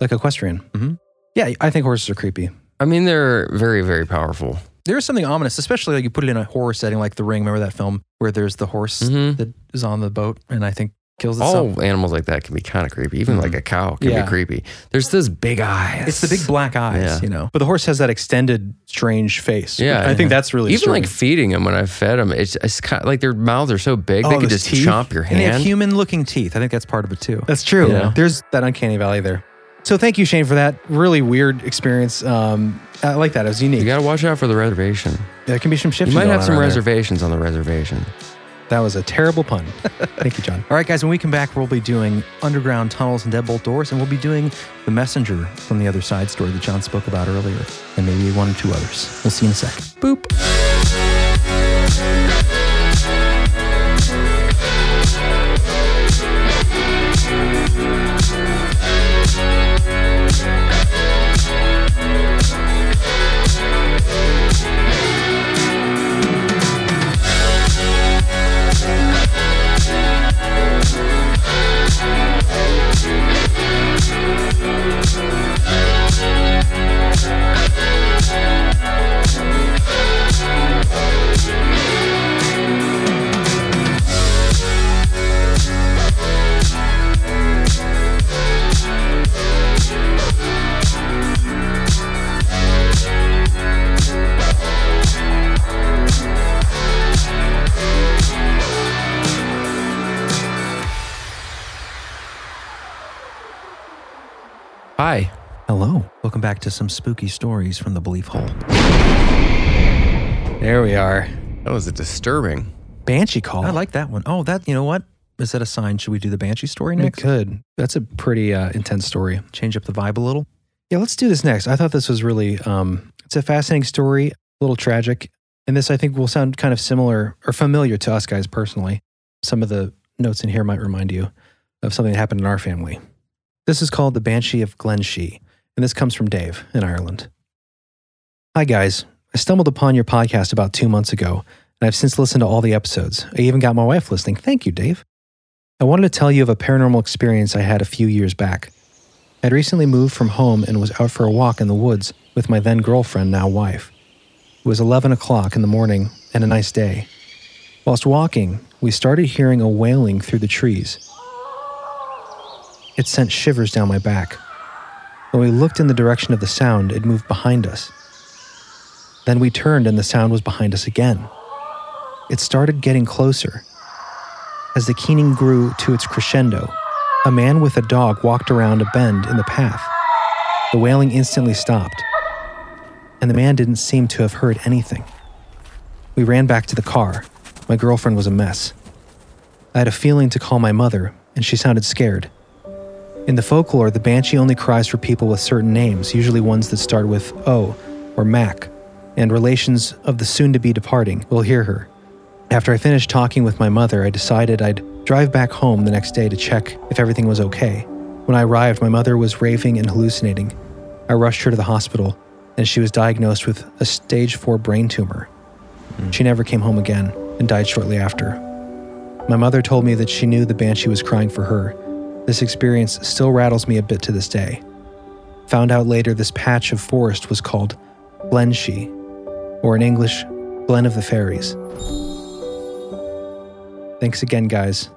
S4: Like equestrian.
S2: Mhm.
S4: Yeah, I think horses are creepy.
S5: I mean, they're very, very powerful.
S2: There is something ominous, especially like you put it in a horror setting like The Ring. Remember that film where there's the horse
S5: Mhm.
S2: that is on the boat and I think kills itself?
S5: All animals like that can be kind of creepy. Even
S2: Mm-hmm.
S5: like a cow can
S4: Yeah.
S5: be creepy. There's this big eyes.
S2: It's the big black eyes,
S5: Yeah.
S2: you know.
S4: But the horse has that extended, strange face.
S5: Yeah.
S4: I think that's really
S5: Even like
S4: disturbing.
S5: feeding them when I fed them, it's, it's kind of like their mouths are so big they
S4: Oh,
S5: could
S4: those
S5: just
S4: teeth?
S5: chomp your
S2: And they have
S5: hand.
S2: human looking teeth. I think that's part of it too.
S4: That's true.
S5: Yeah.
S4: There's that uncanny valley there. So thank you, Shane, for that really weird experience. Um, I like that. It was
S5: you
S4: unique.
S5: got to watch out for the reservation.
S4: there can be some
S5: You
S4: shifting.
S5: might
S4: going
S5: have
S4: on
S5: some
S4: around there.
S5: reservations on the reservation.
S4: That was a terrible pun. thank you, John.
S2: All right, guys, when we come back, we'll be doing underground tunnels and deadbolt doors, and we'll be doing the messenger from the other side story that John spoke about earlier, and maybe one or two others. We'll see you in a sec.
S5: Boop. Hi.
S2: Hello. Welcome back to some spooky stories from the Belief Hole.
S4: There we are.
S5: That was a disturbing.
S4: Banshee call.
S2: I like that one. Oh, that, you know what? Is that a sign? Should we do the Banshee story
S4: We
S2: next?
S4: could. That's a pretty uh, intense story.
S2: Change up the vibe a little?
S4: Yeah, let's do this next. I thought this was really. Um, it's a fascinating story, a little tragic, and this I think will sound kind of similar or familiar to us guys personally. Some of the notes in here might remind you of something that happened in our family. This is called the Banshee of Glenshee, and this comes from Dave in Ireland. Hi guys, I stumbled upon your podcast about two months ago, and I've since listened to all the episodes. I even got my wife listening. Thank you, Dave. I wanted to tell you of a paranormal experience I had a few years back. I had recently moved from home and was out for a walk in the woods with my then girlfriend, now wife. It was 11 o'clock in the morning and a nice day. Whilst walking, we started hearing a wailing through the trees. It sent shivers down my back. When we looked in the direction of the sound, it moved behind us. Then we turned and the sound was behind us again. It started getting closer. As the keening grew to its crescendo, a man with a dog walked around a bend in the path. The wailing instantly stopped, and the man didn't seem to have heard anything. We ran back to the car. My girlfriend was a mess. I had a feeling to call my mother, and she sounded scared. In the folklore, the banshee only cries for people with certain names, usually ones that start with O or Mac, and relations of the soon to be departing will hear her. After I finished talking with my mother, I decided I'd drive back home the next day to check if everything was okay. When I arrived, my mother was raving and hallucinating. I rushed her to the hospital, and she was diagnosed with a stage 4 brain tumor. She never came home again and died shortly after. My mother told me that she knew the banshee was crying for her. This experience still rattles me a bit to this day. Found out later this patch of forest was called Glenshee, or in English, Glen of the Fairies. Thanks again, guys.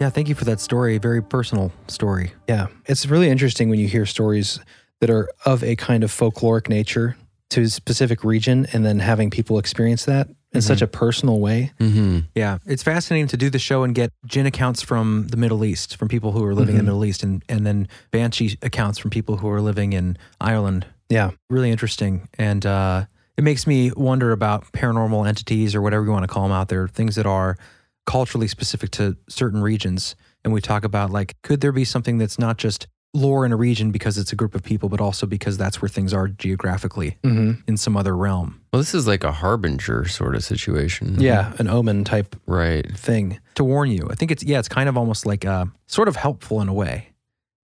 S2: Yeah, thank you for that story. Very personal story.
S4: Yeah. It's really interesting when you hear stories that are of a kind of folkloric nature to a specific region and then having people experience that in such a personal way.
S5: Mm-hmm.
S2: Yeah, it's fascinating to do the show and get gin accounts from the Middle East, from people who are living in the Middle East, and, and then Banshee accounts from people who are living in Ireland.
S4: Yeah.
S2: Really interesting. And uh, it makes me wonder about paranormal entities or whatever you want to call them out there, things that are culturally specific to certain regions. And we talk about like, could there be something that's not just lore in a region because it's a group of people, but also because that's where things are geographically
S5: Mhm.
S2: in some other realm?
S5: Well, this is like a harbinger sort of situation.
S2: Yeah, an omen type
S5: Right.
S2: thing to warn you. I think it's yeah, it's kind of almost like uh, sort of helpful in a way.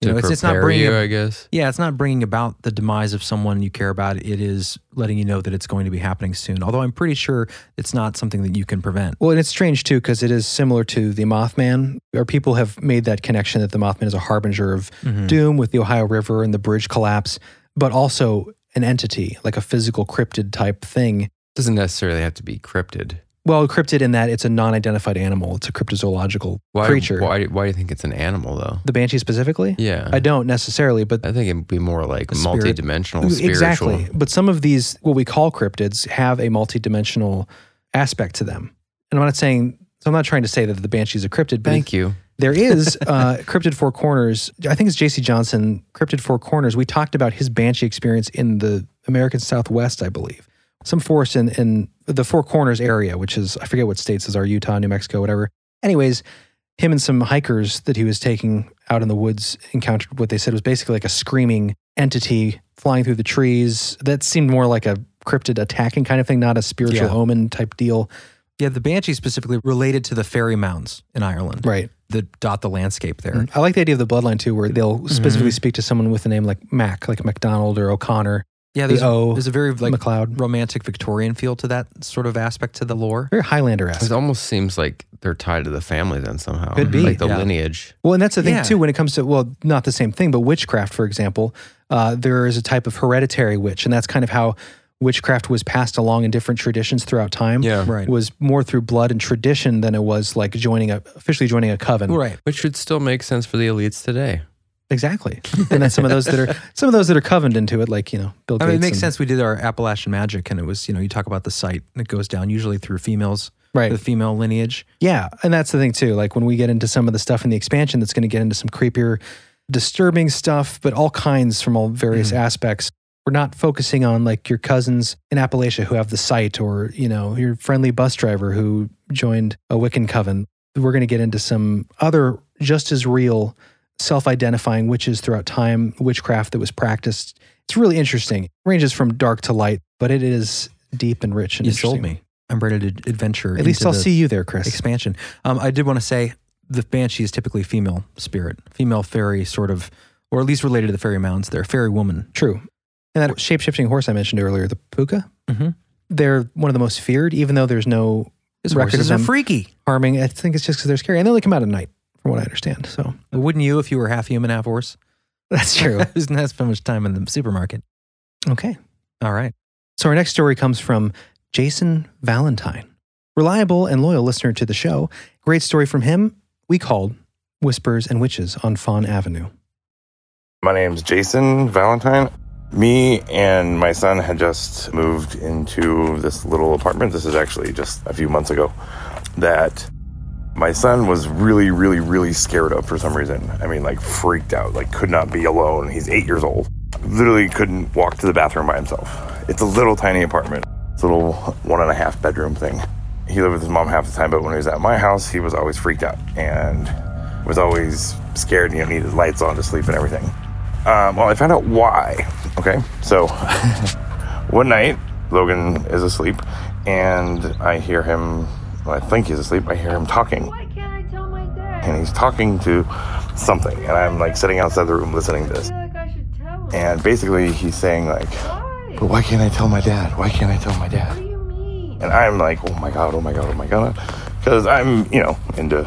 S2: You
S5: to
S2: know, it's,
S5: prepare
S2: it's not bringing
S5: you,
S2: a-
S5: I guess.
S2: yeah, it's not bringing about the demise of someone you care about. It is letting you know that it's going to be happening soon. Although I'm pretty sure it's not something that you can prevent.
S4: Well, and it's strange too because it is similar to the Mothman, or people have made that connection that the Mothman is a harbinger of
S5: Mm-hmm.
S4: doom with the Ohio River and the bridge collapse, but also an entity, like a physical cryptid type thing.
S5: Doesn't necessarily have to be cryptid.
S4: Well, cryptid in that it's a non identified animal, it's a cryptozoological
S5: Why,
S4: creature.
S5: Why, why do you think it's an animal though?
S4: The banshee specifically?
S5: Yeah.
S4: I don't necessarily, but
S5: I think it'd be more like
S4: A spirit.
S5: multi-dimensional, spiritual.
S4: Exactly. But some of these, what we call cryptids, have a multidimensional aspect to them. And I'm not saying, so I'm not trying to say that the Banshee's a cryptid, but
S5: Thank you.
S4: there is uh, Cryptid Four Corners. I think it's J.C. Johnson, Cryptid Four Corners. We talked about his Banshee experience in the American Southwest, I believe. Some forest in, in the Four Corners area, which is, I forget what states is are Utah, New Mexico, whatever. Anyways, him and some hikers that he was taking out in the woods encountered what they said was basically like a screaming entity flying through the trees. That seemed more like a cryptid attacking kind of thing, not a spiritual
S2: Yeah.
S4: omen type deal.
S2: Yeah, the banshee specifically related to the fairy mounds in Ireland
S4: Right. Mm-hmm.
S2: that dot the landscape there.
S4: I like the idea of the bloodline too, where
S2: Mm-hmm.
S4: they'll specifically speak to someone with a name like Mac, like McDonald or O'Connor,
S2: Yeah,
S4: The uh,
S2: there's,
S4: O,
S2: there's a very like
S4: like McLeod.
S2: romantic Victorian feel to that sort of aspect to the lore.
S4: Very Highlander
S5: It
S4: esque.
S5: almost seems like they're tied to the family then somehow.
S2: Could be,
S5: like the
S2: yeah.
S5: lineage.
S4: Well, and that's the thing
S2: Yeah.
S4: too, when it comes to, well, not the same thing, but witchcraft, for example, uh, there is a type of hereditary witch, and that's kind of how witchcraft was passed along in different traditions throughout time.
S5: Yeah.
S2: Right.
S4: Was more through blood and tradition than it was like joining a, officially joining a coven.
S2: Right.
S5: Which should still make sense for the elites today.
S4: Exactly. and then some of those that are, some of those that are covened into it, like, you know, Bill
S2: I
S4: Gates.
S2: mean, it makes
S4: and-
S2: sense. We did our Appalachian magic, and it was you know you talk about the site and it goes down usually through females,
S4: Right.
S2: the female lineage.
S4: Yeah, and that's the thing too. Like when we get into some of the stuff in the expansion, that's going to get into some creepier, disturbing stuff, but all kinds from all various
S2: Mm-hmm.
S4: aspects. We're not focusing on like your cousins in Appalachia who have the site, or you know your friendly bus driver who joined a Wiccan coven. We're going to get into some other just as real self-identifying witches throughout time, witchcraft that was practiced. It's really interesting. Ranges from dark to light, but it is deep and rich and
S2: You
S4: interesting.
S2: sold me. I'm ready to adventure.
S4: At least
S2: into
S4: I'll
S2: the
S4: see you there, Chris.
S2: expansion. Um, I did want to say the banshee is typically female spirit, female fairy sort of, or at least related to the fairy mounds. They're fairy woman.
S4: True. And that shape shifting horse I mentioned earlier, the puka,
S2: Mhm.
S4: they're one of the most feared, even though there's no
S2: These
S4: record
S2: horses
S4: of
S2: are
S4: them
S2: freaky.
S4: harming. I think it's just because they're scary. And they only come out at night, from what I understand. So
S2: Wouldn't you if you were half human, half horse?
S4: that's true.
S2: I not spend much time in the supermarket.
S4: okay.
S2: All right.
S4: So our next story comes from Jason Valentine, reliable and loyal listener to the show. Great story from him. We called Whispers and Witches on Fawn Avenue.
S12: My name's Jason Valentine. Me and my son had just moved into this little apartment. This is actually just a few months ago. That my son was really, really, really scared of for some reason. I mean, like freaked out, like could not be alone. He's eight years old. Literally couldn't walk to the bathroom by himself. It's a little tiny apartment, it's a little one and a half bedroom thing. He lived with his mom half the time, but when he was at my house, he was always freaked out and was always scared, you know, needed lights on to sleep and everything. Um, well, I found out why. Okay, so one night Logan is asleep, and I hear him. Well, I think he's asleep. I hear him talking,
S8: Why can't I tell my dad?
S12: and he's talking to something, and I'm like sitting outside the room listening to this.
S8: feel like I should tell him.
S12: And basically, he's saying like, "But why can't I tell my dad? Why can't I tell my dad?" And I'm like, "Oh my god! Oh my god! Oh my god!" Because I'm, you know, into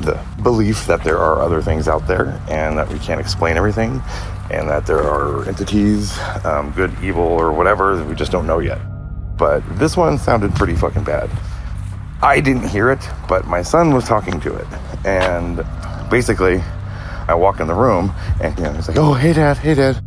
S12: the belief that there are other things out there, and that we can't explain everything, and that there are entities, um, good, evil, or whatever that we just don't know yet. But this one sounded pretty fucking bad. I didn't hear it, but my son was talking to it. And basically, I walk in the room and you know, he's like, oh, hey, dad, hey, dad.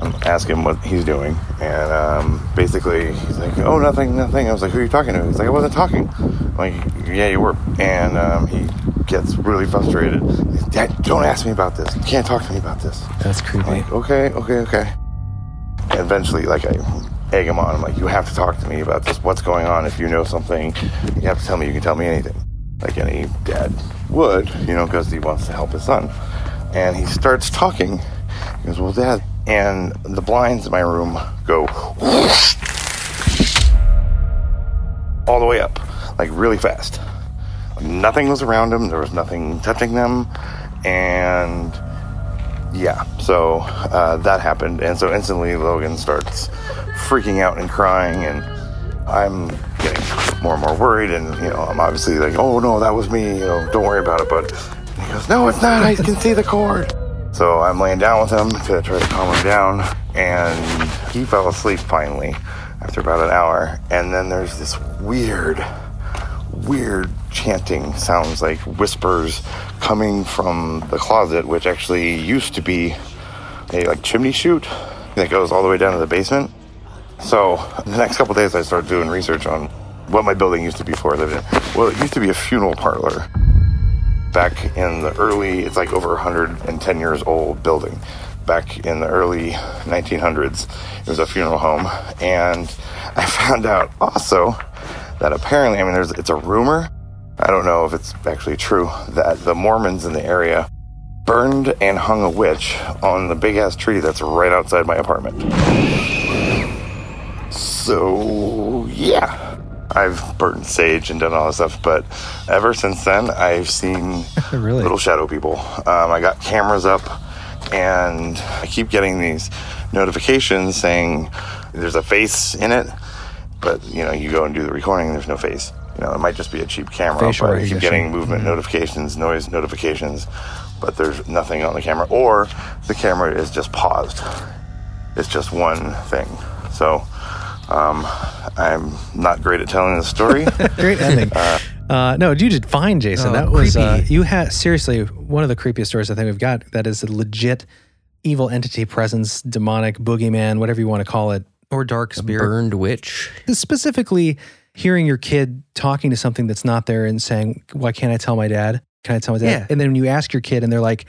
S12: I'm asking him what he's doing. And um, basically, he's like, oh, nothing, nothing. I was like, who are you talking to? He's like, I wasn't talking. I'm like, yeah, you were. And um, he gets really frustrated. He's like, dad, don't ask me about this. You can't talk to me about this.
S4: That's creepy.
S12: Like, okay, okay, okay. And eventually, like, I egg him on. I'm like, you have to talk to me about this. What's going on? If you know something, you have to tell me. You can tell me anything. like any dad would, you know, because he wants to help his son. And he starts talking. He goes, Well, Dad, and the blinds in my room go whoosh, all the way up, like really fast. Nothing was around him, there was nothing touching them. And yeah, so uh, that happened. And so instantly Logan starts freaking out and crying. And I'm getting more and more worried. And, you know, I'm obviously like, oh no, that was me. You know, don't worry about it. But he goes, no, it's not. I can see the cord. So I'm laying down with him to try to calm him down. And he fell asleep finally after about an hour. And then there's this weird, weird chanting sounds like whispers coming from the closet, which actually used to be a like chimney chute that goes all the way down to the basement. So the next couple days, I started doing research on what my building used to be before I lived in. Well, it used to be a funeral parlor back in the early. It's like over 110 years old building. Back in the early 1900s, it was a funeral home, and I found out also that apparently, I mean, there's it's a rumor. I don't know if it's actually true that the Mormons in the area burned and hung a witch on the big ass tree that's right outside my apartment. So, yeah, I've burned sage and done all this stuff, but ever since then, I've seen
S4: Really?
S12: little shadow people. Um, I got cameras up, and I keep getting these notifications saying there's a face in it, but you know, you go and do the recording, there's no face. You know, it might just be a cheap camera,
S4: Facial
S12: but I keep
S4: recognition. Mm-hmm.
S12: getting movement notifications, noise notifications, but there's nothing on the camera, or the camera is just paused. It's just one thing. So um, I'm not great at telling the story.
S4: Great ending. Uh, no, you did fine, Jason.
S12: Oh,
S4: that was uh,
S12: creepy.
S4: you had seriously one of the creepiest stories I think we've got. That is a legit evil entity presence, demonic boogeyman, whatever you want to call it, or dark spirit,
S5: burned witch.
S4: Specifically, hearing your kid talking to something that's not there and saying, "Why can't I tell my dad? Can I tell my dad?"
S2: Yeah.
S4: And then when you ask your kid, and they're like.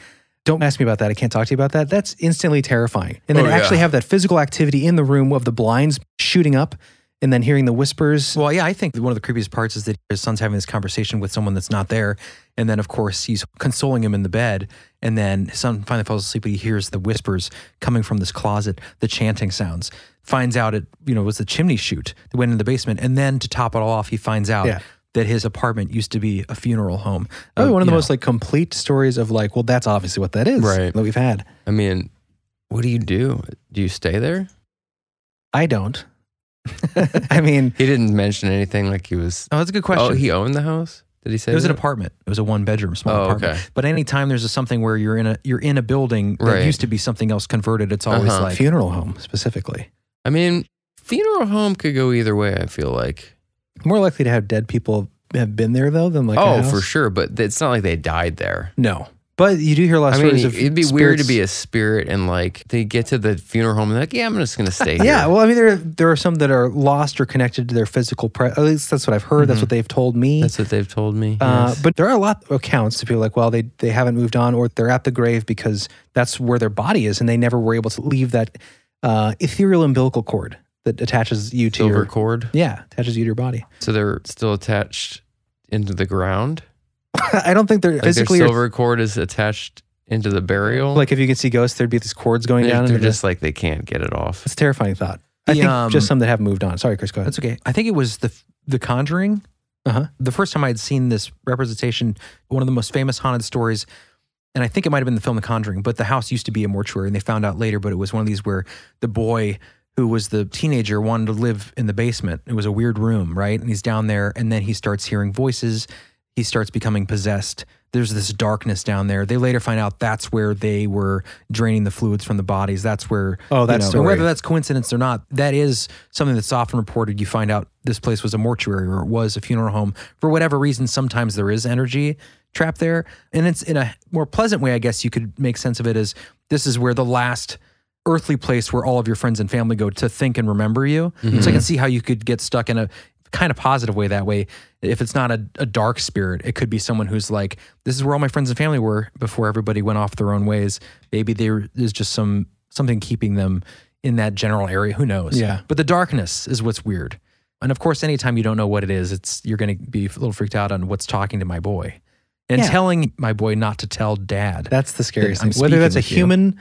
S4: Don't ask me about that. I can't talk to you about that. That's instantly terrifying. And then
S2: Oh, yeah.
S4: actually have that physical activity in the room of the blinds shooting up and then hearing the whispers.
S2: Well, yeah, I think one of the creepiest parts is that his son's having this conversation with someone that's not there. And then, of course, he's consoling him in the bed. And then his son finally falls asleep, but he hears the whispers coming from this closet, the chanting sounds. Finds out it, you know, was the chimney chute that went in the basement. And then to top it all off, he finds out
S4: Yeah.
S2: that his apartment used to be a funeral home.
S4: Probably
S2: Uh,
S4: one of
S2: you
S4: the
S2: know,
S4: most like complete stories of like, well, that's obviously what that is
S5: Right.
S4: that we've had.
S5: I mean, what do you do? Do you stay there?
S4: I don't. I mean,
S5: He didn't mention anything like he was.
S2: Oh, that's a good question.
S5: Oh, he owned the house? Did he say
S2: It was an
S5: that?
S2: apartment. It was a one bedroom small
S5: Oh,
S2: apartment.
S5: okay.
S2: But anytime there's a something where you're in a you're in a building that
S5: Right.
S2: used to be something else converted, it's always
S5: Uh-huh.
S2: like
S4: funeral home specifically.
S5: I mean, funeral home could go either way, I feel like.
S4: More likely to have dead people have been there though than like a
S5: oh,
S4: house.
S5: for sure. But it's not like they died there.
S4: No, but you do hear a lot of
S5: I mean,
S4: stories of
S5: it'd be weird to
S4: spirits-
S5: be a spirit and like they get to the funeral home and they're like, yeah, I'm just going to stay here.
S4: Yeah, well, I mean, there there are some that are lost or connected to their physical. Pre- at least that's what I've heard. That's what they've told me.
S5: Mm-hmm. That's what they've told me.
S4: Uh,
S5: yes.
S4: But there are a lot of accounts of people like, well, they they haven't moved on, or they're at the grave because that's where their body is, and they never were able to leave that uh, ethereal umbilical cord that attaches you to
S5: Silver
S4: your
S5: cord.
S4: yeah attaches you to your body.
S5: So they're still attached into the ground.
S4: I don't think they're
S5: Like
S4: physically
S5: their
S4: or-
S5: silver cord is attached into the burial.
S4: like if you could see ghosts, there'd be these cords going
S5: they're,
S4: down.
S5: they're
S4: and
S5: just like they can't get it off.
S4: it's a terrifying thought. I
S2: The,
S4: think
S2: um,
S4: just some that have moved on. Sorry, Chris. Go ahead.
S2: that's okay. I think it was the the Conjuring.
S4: Uh-huh.
S2: The first time I had seen this representation, one of the most famous haunted stories, and I think it might have been the film The Conjuring. But the house used to be a mortuary, and they found out later. But it was one of these where the boy who was the teenager wanted to live in the basement. It was a weird room, right? And he's down there, and then he starts hearing voices. He starts becoming possessed. There's this darkness down there. They later find out that's where they were draining the fluids from the bodies. That's where
S4: Oh, that
S2: that's
S4: story.
S2: whether that's coincidence or not, that is something that's often reported. You find out this place was a mortuary or it was a funeral home for whatever reason. Sometimes there is energy trapped there, and it's in a more pleasant way. I guess you could make sense of it as this is where the last earthly place where all of your friends and family go to think and remember you. So I can see how you could get stuck in a kind of positive way that way. If it's not a, a dark spirit, it could be someone who's like, this is where all my friends and family were before everybody went off their own ways. Maybe there is just some something keeping them in that general area. Who knows?
S4: Yeah.
S2: But the darkness is what's weird. And of course, anytime you don't know what it is, it's you're going to be a little freaked out on what's talking to my boy and
S4: Yeah.
S2: telling my boy not to tell dad.
S4: That's the scariest
S2: I'm
S4: thing. Whether
S2: speaking
S4: that's a
S2: with you.
S4: human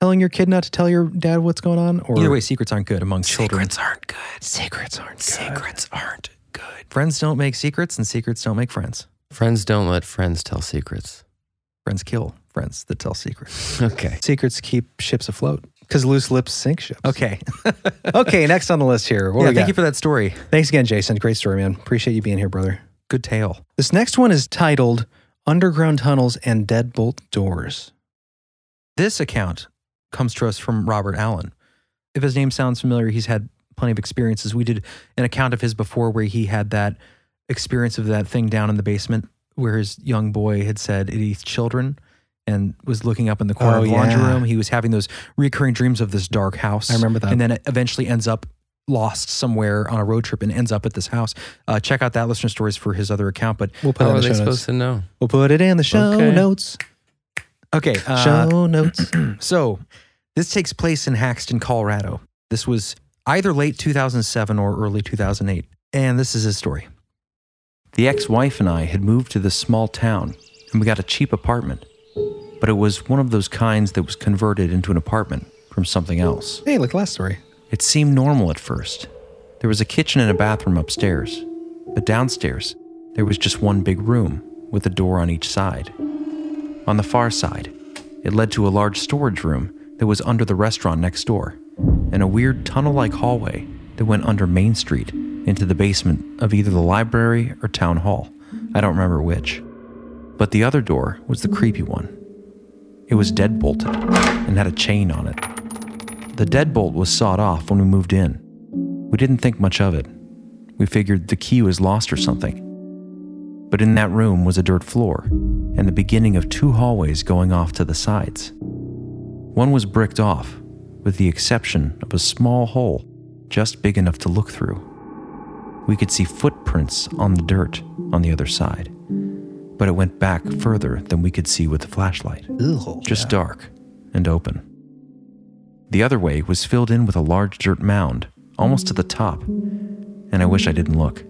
S4: telling your kid not to tell your dad what's going on, or
S2: Either way, secrets aren't good among children.
S4: aren't good. Secrets aren't good. Secrets aren't good.
S2: Friends don't make secrets, and secrets don't make friends.
S5: Friends don't let friends tell secrets.
S2: Friends kill friends that tell secrets.
S5: Okay.
S4: Secrets keep ships afloat because loose lips sink ships.
S2: Okay.
S4: okay, next on the list here. What
S2: yeah,
S4: we
S2: thank
S4: got?
S2: you for that story.
S4: Thanks again, Jason. Great story, man. Appreciate you being here, brother.
S2: Good tale.
S4: This next one is titled Underground Tunnels and Deadbolt Doors.
S2: This account comes to us from Robert Allen. If his name sounds familiar, he's had plenty of experiences. We did an account of his before where he had that experience of that thing down in the basement where his young boy had said it eats children and was looking up in the corner
S4: Oh,
S2: of the laundry
S4: yeah.
S2: room. He was having those recurring dreams of this dark house.
S4: I remember that.
S2: And then it eventually ends up lost somewhere on a road trip and ends up at this house. Uh, check out that listener stories for his other account. But
S4: We'll put it
S5: How
S4: in
S5: are
S4: the
S5: they
S4: show
S5: supposed
S4: notes.
S5: to know?
S4: We'll put it in the show
S5: Okay.
S4: notes.
S2: okay, uh,
S4: show notes.
S2: So, this takes place in Haxton, Colorado. This was either late 2007 or early 2008. And this is his story. The ex wife and I had moved to this small town and we got a cheap apartment, but it was one of those kinds that was converted into an apartment from something else.
S4: Hey, like last story.
S2: It seemed normal at first. There was a kitchen and a bathroom upstairs, but downstairs, there was just one big room with a door on each side. On the far side, it led to a large storage room that was under the restaurant next door, and a weird tunnel like hallway that went under Main Street into the basement of either the library or town hall. I don't remember which. But the other door was the creepy one. It was deadbolted and had a chain on it. The deadbolt was sawed off when we moved in. We didn't think much of it. We figured the key was lost or something. But in that room was a dirt floor and the beginning of two hallways going off to the sides. One was bricked off, with the exception of a small hole just big enough to look through. We could see footprints on the dirt on the other side, but it went back further than we could see with the flashlight
S4: Ew.
S2: just uh, dark and open. The other way was filled in with a large dirt mound, almost to the top, and I wish I didn't look.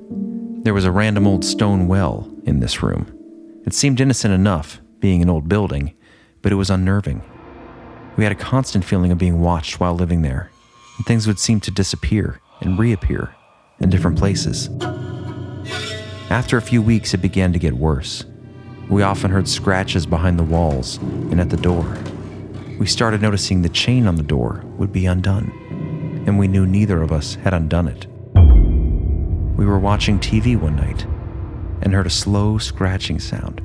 S2: There was a random old stone well in this room. It seemed innocent enough, being an old building, but it was unnerving. We had a constant feeling of being watched while living there, and things would seem to disappear and reappear in different places. After a few weeks, it began to get worse. We often heard scratches behind the walls and at the door. We started noticing the chain on the door would be undone, and we knew neither of us had undone it. We were watching TV one night and heard a slow scratching sound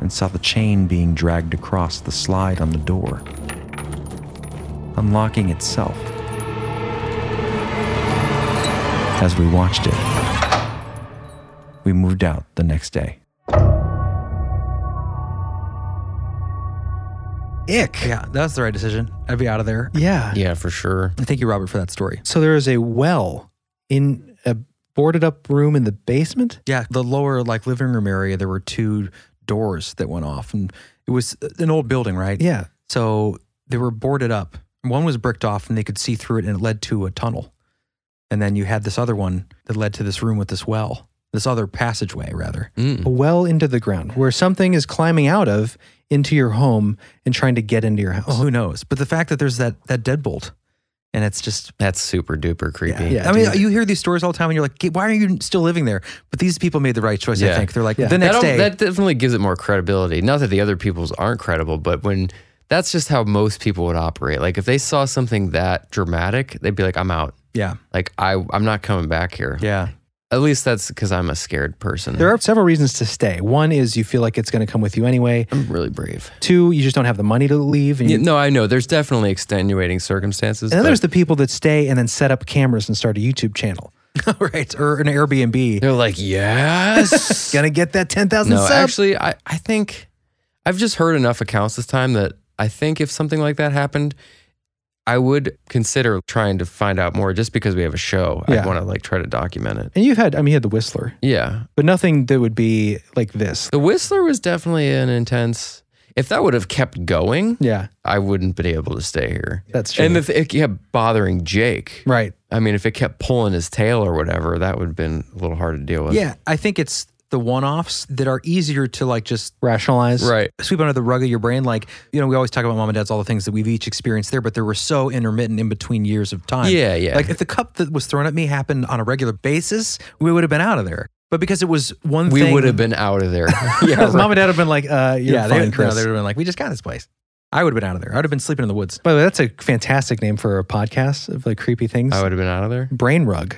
S2: and saw the chain being dragged across the slide on the door, unlocking itself. As we watched it, we moved out the next day.
S4: Ick.
S2: Yeah, that's the right decision. I'd be out of there.
S4: Yeah.
S5: Yeah, for sure.
S2: Thank you, Robert, for that story.
S4: So there is a well in a boarded up room in the basement.
S2: Yeah, the lower like living room area, there were two doors that went off, and it was uh, an old building, right?
S4: Yeah.
S2: So they were boarded up. One was bricked off, and they could see through it, and it led to a tunnel. And then you had this other one that led to this room with this well, this other passageway, rather.
S4: A well into the ground where something is climbing out of into your home and trying to get into your house.
S2: Oh, Who knows? But the fact that there's that that deadbolt, and it's just
S5: That's super duper creepy.
S4: Yeah.
S2: I mean,
S4: dude.
S2: you hear these stories all the time, and you're like, "Why are you still living there?" But these people made the right choice. I
S5: Yeah.
S2: think they're like
S4: Yeah.
S2: the next
S5: that,
S2: day.
S5: that definitely gives it more credibility. Not that the other people's aren't credible, but when that's just how most people would operate. Like if they saw something that dramatic, they'd be like, "I'm out.
S2: yeah,
S5: Like I, I'm not coming back here."
S2: yeah.
S5: At least that's because I'm a scared person.
S4: There are several reasons to stay. One is you feel like it's going to come with you anyway.
S5: I'm really brave.
S4: Two, you just don't have the money to leave. And
S5: Yeah,
S4: you,
S5: no, I know. There's definitely extenuating circumstances.
S4: and then
S5: but
S4: there's the people that stay and then set up cameras and start a YouTube channel.
S2: right, or an Airbnb.
S5: they're like, yes.
S4: Gonna get that 10,000
S5: no,
S4: subs.
S13: uh,
S5: actually, I, I think I've just heard enough accounts this time that I think if something like that happened, I would consider trying to find out more just because we have a show.
S4: Yeah.
S5: I'd want to like try to document it.
S4: and you've had, I mean, you had the Whistler,
S5: Yeah.
S4: but nothing that would be like this.
S5: The Whistler was definitely an intense. If that would have kept going,
S13: yeah,
S5: I wouldn't been able to stay here.
S13: That's true.
S5: And if it kept bothering Jake,
S13: right?
S5: I mean, if it kept pulling his tail or whatever, that would have been a little hard to deal with.
S4: Yeah, I think it's the one-offs that are easier to like just
S13: rationalize,
S5: right?
S4: Sweep under the rug of your brain. Like you know, we always talk about mom and dad's all the things that we've each experienced there, but they were so intermittent in between years of time.
S5: Yeah, yeah.
S4: Like if the cup that was thrown at me happened on a regular basis, we would have been out of there. But because it was one
S5: we
S4: thing,
S5: would have been out of there.
S13: yeah, mom and dad have been like, uh, you're
S4: yeah,
S13: fine,
S4: they,
S13: Chris.
S4: No, they would have been like, we just got this place. I would have been out of there. I would have been sleeping in the woods.
S13: By the way, that's a fantastic name for a podcast of like creepy things.
S5: I would have been out of there.
S13: brain rug.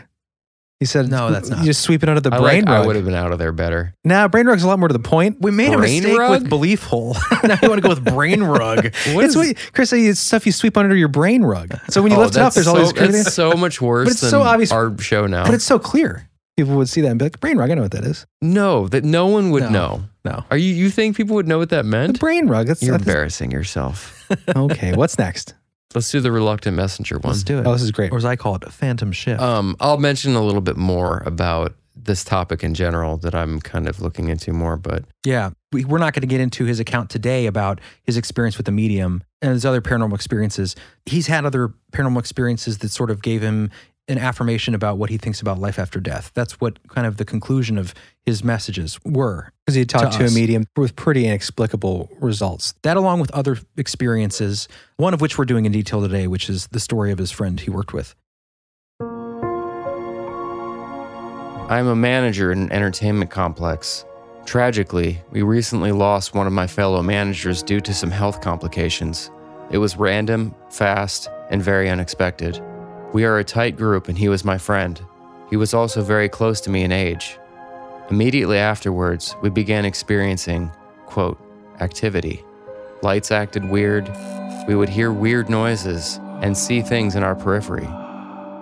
S13: He said,
S4: No, that's not.
S13: You just sweep it under the
S5: I,
S13: brain
S5: like- I
S13: rug.
S5: would have been out of there better.
S13: Nah, brain rug's a lot more to the point.
S4: We made a
S5: Brain
S4: mistake
S5: rug?
S4: with belief hole. now we want to go with brain rug.
S13: What it's what, Chris, it's stuff you sweep under your brain rug. So when you
S5: Oh,
S13: lift it up,
S5: that's
S13: there's all
S5: so,
S13: these crazy
S5: It's so much worse
S13: But it's
S5: than
S13: so obvious.
S5: our show now.
S13: But it's so clear. People would see that and be like, brain rug, I know what that is.
S5: no, that no one would
S4: No.
S5: know.
S4: No.
S5: Are you you think people would know what that
S13: The
S5: meant?
S13: brain rug. That's,
S5: You're
S13: that's-
S5: embarrassing yourself.
S13: okay, what's next?
S5: Let's do the reluctant messenger one.
S4: Let's do it.
S13: Oh, this is great.
S4: Or as I call it, phantom shift.
S5: Um, I'll mention a little bit more about this topic in general that I'm kind of looking into more, but
S4: Yeah, we, we're not going to get into his account today about his experience with the medium and his other paranormal experiences. He's had other paranormal experiences that sort of gave him an affirmation about what he thinks about life after death. That's what kind of the conclusion of his messages were.
S13: Because you talked
S4: To
S13: to, a
S4: us.
S13: medium with pretty inexplicable results.
S4: That, along with other experiences, one of which we're doing in detail today, which is the story of his friend he worked with.
S5: I'm a manager in an entertainment complex. Tragically, we recently lost one of my fellow managers due to some health complications. It was random, fast, and very unexpected. We are a tight group, and he was my friend. He was also very close to me in age. Immediately afterwards, we began experiencing, quote, activity. Lights acted weird, we would hear weird noises, and see things in our periphery.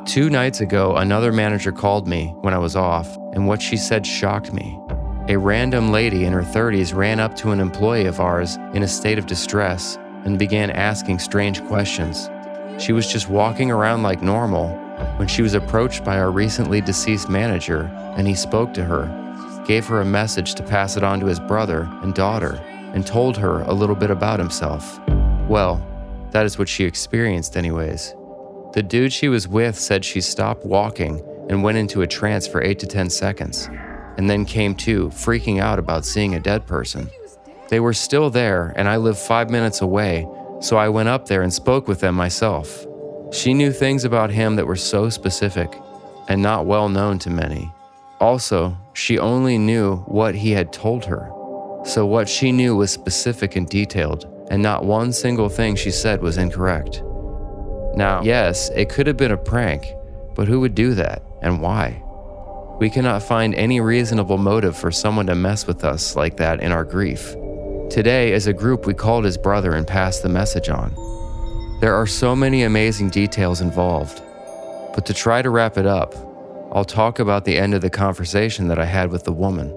S5: Two nights ago, another manager called me when I was off, and what she said shocked me. A random lady in her 30s ran up to an employee of ours in a state of distress and began asking strange questions. She was just walking around like normal when she was approached by our recently deceased manager, and he spoke to her, gave her a message to pass it on to his brother and daughter, and told her a little bit about himself. Well, that is what she experienced, anyways. The dude she was with said she stopped walking and went into a trance for 8 to 10 seconds, and then came to, freaking out about seeing a dead person. They were still there, and I live five minutes away, so I went up there and spoke with them myself. She knew things about him that were so specific and not well known to many. Also, she only knew what he had told her. So, what she knew was specific and detailed, and not one single thing she said was incorrect. Now, yes, it could have been a prank, but who would do that and why? We cannot find any reasonable motive for someone to mess with us like that in our grief. Today, as a group, we called his brother and passed the message on. There are so many amazing details involved, but to try to wrap it up, I'll talk about the end of the conversation that I had with the woman.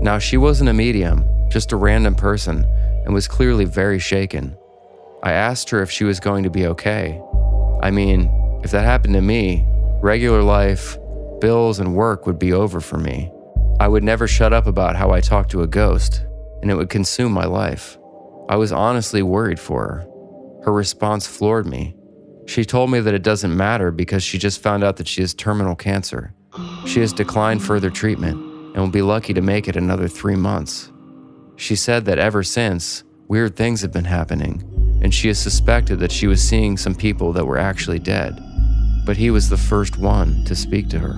S5: Now, she wasn't a medium, just a random person, and was clearly very shaken. I asked her if she was going to be okay. I mean, if that happened to me, regular life, bills, and work would be over for me. I would never shut up about how I talked to a ghost, and it would consume my life. I was honestly worried for her. Her response floored me. She told me that it doesn't matter because she just found out that she has terminal cancer. She has declined further treatment and will be lucky to make it another three months. She said that ever since, weird things have been happening, and she has suspected that she was seeing some people that were actually dead. But he was the first one to speak to her.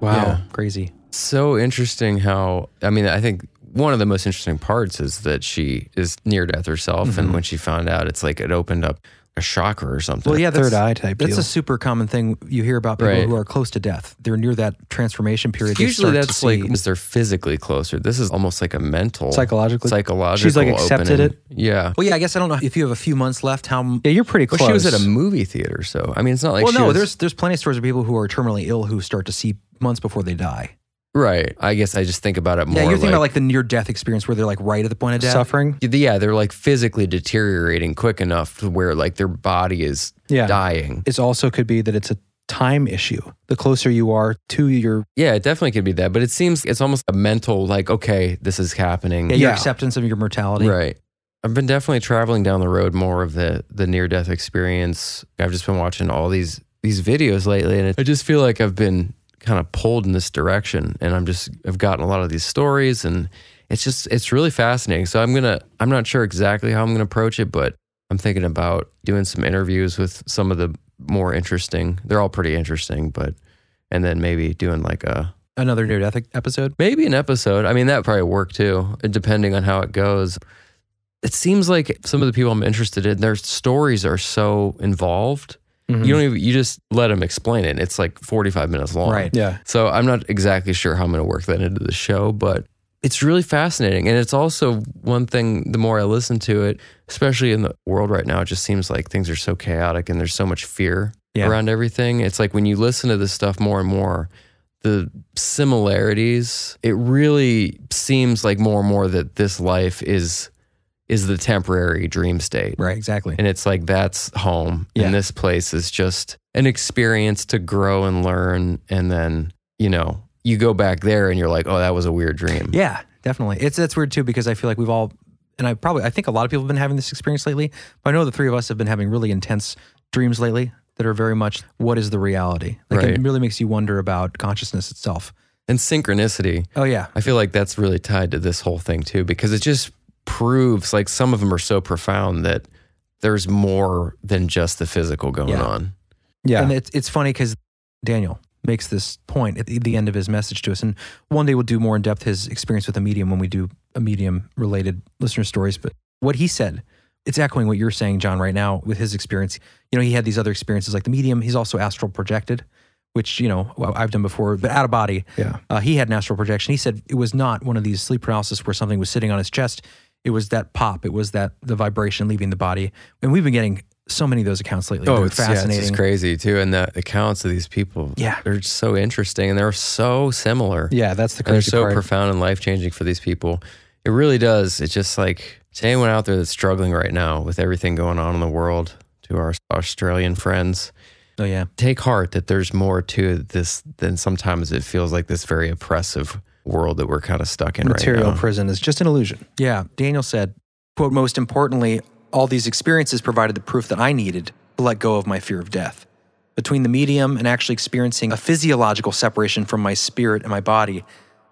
S4: Wow,
S5: Yeah.
S4: crazy.
S5: So interesting how, I mean, I think one of the most interesting parts is that she is near death herself. And when she found out, it's like it opened up a chakra or something.
S4: Well, yeah, that's,
S13: Third eye type
S4: That's
S13: deal.
S4: a super common thing you hear about people
S5: Right.
S4: who are close to death. They're near that transformation period. They
S5: Usually
S4: start to
S5: that's like
S4: see-
S5: because they're physically closer. This is almost like a mental,
S13: Psychologically?
S5: psychological.
S13: She's, like, accepted it?
S5: opening. Yeah.
S4: Well, yeah, I guess I don't know if you have a few months left. How m-
S13: Yeah, you're pretty close.
S5: Well, she was at a movie theater, so I mean, it's not like
S4: well,
S5: she
S4: no,
S5: was-
S4: there's there's plenty of stories of people who are terminally ill who start to see months before they die.
S5: right. I guess I just think about it more.
S4: yeah, you're thinking
S5: like,
S4: about like the near death experience where they're like right at the point of death.
S13: suffering.
S5: yeah, they're like physically deteriorating quick enough to where like their body is
S13: Yeah.
S5: dying.
S13: It also could be that it's a
S2: time issue. The closer you are to your
S5: yeah, it definitely could be that. But it seems it's almost a mental like okay, this is happening.
S2: yeah, your acceptance of your mortality.
S5: Right. I've been definitely traveling down the road more of the the near death experience. I've just been watching all these these videos lately, and I just feel like I've been kind of pulled in this direction, and I'm just I've gotten a lot of these stories, and it's just it's really fascinating. So I'm gonna I'm not sure exactly how I'm gonna approach it, but I'm thinking about doing some interviews with some of the more interesting. They're all pretty interesting, but and then maybe doing like a
S2: Another near
S4: e-,
S2: death episode.
S5: maybe an episode. I mean that probably work too, depending on how it goes it seems like some of the people I'm interested in, their stories are so involved.
S2: Mhm.
S5: You don't even, you just let them explain it. It's like 45 minutes long.
S2: Right. Yeah.
S5: So I'm not exactly sure how I'm going to work that into the show, but it's really fascinating. And it's also one thing, the more I listen to it, especially in the world right now, it just seems like things are so chaotic and there's so much fear
S2: Yeah.
S5: around everything. It's like when you listen to this stuff more and more, the similarities, it really seems like more and more that this life is is the temporary dream state.
S2: Right. Exactly.
S5: And it's like that's home.
S2: Yeah.
S5: And this place is just an experience to grow and learn. And then, you know, you go back there and you're like, oh, that was a weird dream.
S2: Yeah, definitely. It's that's weird too because I feel like we've all and I probably I think a lot of people have been having this experience lately. But I know the three of us have been having really intense dreams lately that are very much what is the reality? Like
S5: Right.
S2: it really makes you wonder about consciousness itself.
S5: And synchronicity.
S2: Oh yeah.
S5: I feel like that's really tied to this whole thing too, because it just proves like some of them are so profound that there's more than just the physical going
S2: Yeah.
S5: on.
S2: Yeah. And it's it's funny because Daniel makes this point at the- the end of his message to us. And one day we'll do more in depth his experience with a medium when we do a medium related listener stories. But what he said, it's echoing what you're saying, John, right now with his experience. You know, he had these other experiences like the medium. He's also astral projected, which, you know, well, I've done before, but out of body.
S4: Yeah.
S2: Uh, he had an astral projection. He said it was not one of these sleep paralysis where something was sitting on his chest. It was that pop. It was that the vibration leaving the body. And we've been getting so many of those accounts lately. They're
S5: Oh, yeah,
S2: fascinating.
S5: just crazy too. And the accounts of these people,
S2: Yeah.
S5: they're just so interesting and they're so similar.
S2: Yeah, that's the
S5: And they're
S2: crazy
S5: so
S2: part.
S5: profound and life changing for these people. It really does. It's just like to anyone out there that's struggling right now with everything going on in the world, to our Australian friends,
S2: oh yeah,
S5: take heart that there's more to this than sometimes it feels like this very oppressive world that we're kind of stuck in
S2: Material
S5: right now.
S2: prison is just an illusion. uh-huh. Yeah, Daniel said, quote, most importantly, all these experiences provided the proof that I needed to let go of my fear of death. Between the medium and actually experiencing a physiological separation from my spirit and my body,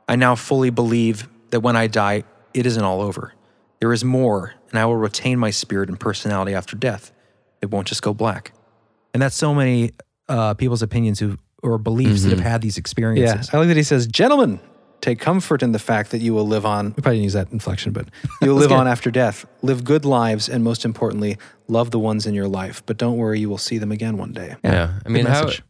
S2: I now fully believe that when I die, it isn't all over. There is more, and I will retain my spirit and personality after death. It won't just go black. And that's so many uh, people's opinions who, or beliefs that have had these
S4: Yeah,
S2: experiences.
S4: I like that he says, "Gentlemen, take comfort in the fact that you will live on." We probably didn't use that inflection, but you will live on after death. Live good lives, and most importantly, love the ones in your life. But don't worry, you will see them again one day.
S5: Yeah. I mean, how
S4: message.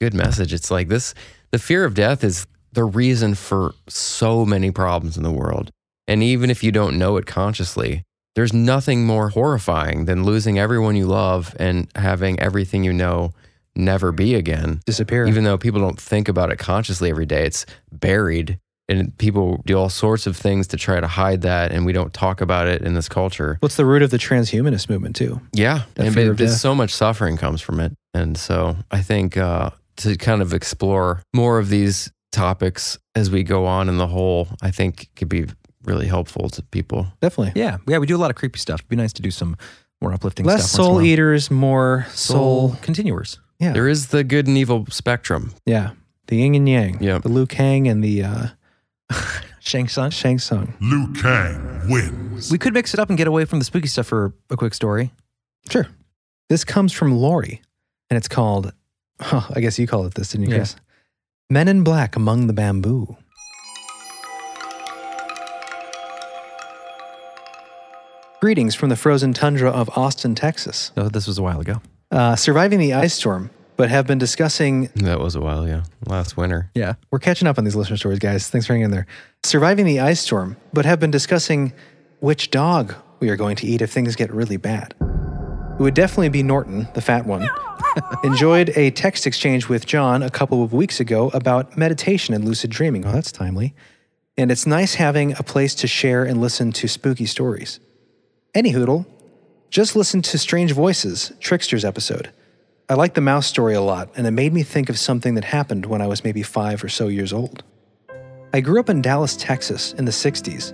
S5: good message. It's like this the fear of death is the reason for so many problems in the world. And even if you don't know it consciously, there's nothing more horrifying than losing everyone you love and having everything you know never be again.
S2: Disappear.
S5: Even though people don't think about it consciously every day, it's buried. And people do all sorts of things to try to hide that, and we don't talk about it in this culture.
S4: What's the root of the transhumanist movement too?
S5: Yeah,
S4: That
S5: and
S4: fear
S5: but
S4: of
S5: there's
S4: death.
S5: so much suffering comes from it, and so I think uh, to kind of explore more of these topics as we go on in the whole, I think could be really helpful to people.
S4: Definitely.
S2: Yeah, yeah, we do a lot of creepy stuff. It'd be nice to do some more uplifting
S4: Less
S2: stuff. once in a
S4: soul
S2: while.
S4: eaters, more soul.
S2: soul continuers.
S4: Yeah.
S5: There is the good and evil spectrum.
S4: yeah. The yin and yang.
S5: Yeah.
S4: The Liu Kang and the uh,
S2: Shang Tsung.
S4: Shang Tsung.
S14: Liu Kang wins.
S2: We could mix it up and get away from the spooky stuff for a quick story.
S4: Sure. This comes from Lori, and it's called, huh, I guess you call it this, didn't you,
S2: Yeah.
S4: Chris? Men in Black Among the Bamboo. Greetings from the frozen tundra of Austin, Texas.
S2: No, Oh, this was a while ago.
S4: Uh, surviving the ice storm, but have been discussing
S5: That was a while, yeah, last winter.
S2: Yeah.
S4: we're catching up on these listener stories, guys. Thanks for hanging in there. Surviving the ice storm, but have been discussing which dog we are going to eat if things get really bad. It would definitely be Norton, the fat one. Enjoyed a text exchange with John a couple of weeks ago about meditation and lucid dreaming. Oh, that's timely. And it's nice having a place to share and listen to spooky stories. Any hoodle, just listen to Strange Voices, Tricksters episode. I like the mouse story a lot, and it made me think of something that happened when I was maybe five or so years old. I grew up in Dallas, Texas in the 60s.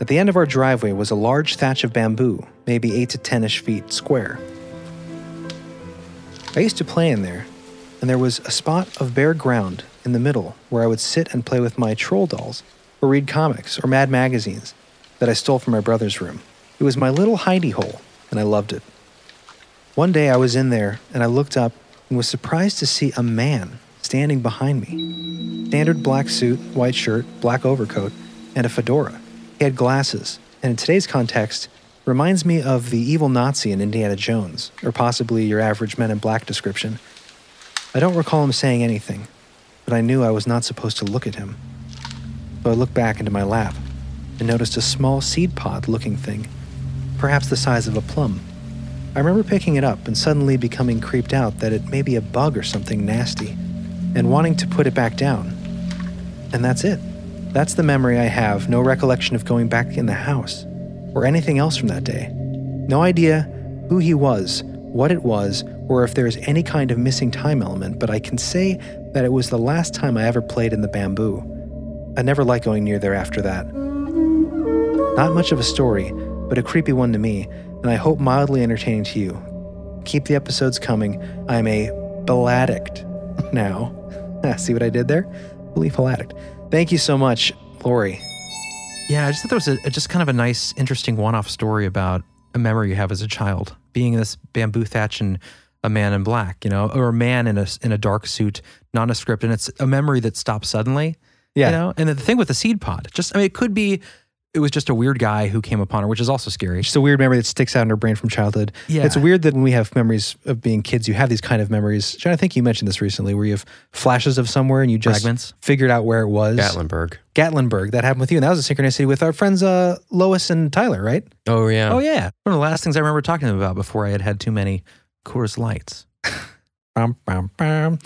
S4: At the end of our driveway was a large thatch of bamboo, maybe 8 to 10 ish feet square. I used to play in there, and there was a spot of bare ground in the middle where I would sit and play with my troll dolls, or read comics or mad magazines that I stole from my brother's room. It was my little hidey hole, and I loved it. One day I was in there and I looked up and was surprised to see a man standing behind me. Standard black suit, white shirt, black overcoat, and a fedora. He had glasses, and in today's context, reminds me of the evil Nazi in Indiana Jones, or possibly your average men in black description. I don't recall him saying anything, but I knew I was not supposed to look at him. So I looked back into my lap and noticed a small seed pod looking thing, perhaps the size of a plum. I remember picking it up and suddenly becoming creeped out that it may be a bug or something nasty and wanting to put it back down. And that's it. That's the memory I have, no recollection of going back in the house or anything else from that day. No idea who he was, what it was, or if there is any kind of missing time element, but I can say that it was the last time I ever played in the bamboo. I never liked going near there after that. Not much of a story, but a creepy one to me, and I hope mildly entertaining to you. Keep the episodes coming. I'm a bill addict now. See what I did there? Believeful addict. Thank you so much, Lori.
S2: Yeah, I just thought that was a, just kind of a nice, interesting one-off story about a memory you have as a child, being in this bamboo thatch and a man in black, you know, or a man in a in a dark suit, nondescript, and it's a memory that stops suddenly.
S4: Yeah.
S2: You know, and the thing with the seed pod, just I mean, it could be it was just a weird guy who came upon her, which is also scary.
S4: It's a weird memory that sticks out in her brain from childhood.
S2: Yeah.
S4: It's weird that when we have memories of being kids, you have these kind of memories. John, I think you mentioned this recently where you have flashes of somewhere and you just
S2: Fragments.
S4: figured out where it was.
S5: Gatlinburg.
S4: Gatlinburg. That happened with you. And that was a synchronicity with our friends uh, Lois and Tyler, right?
S5: Oh, yeah.
S2: Oh yeah, one of the last things I remember talking to him about before I had had too many Coors Lights.
S4: Bum, bum, bum.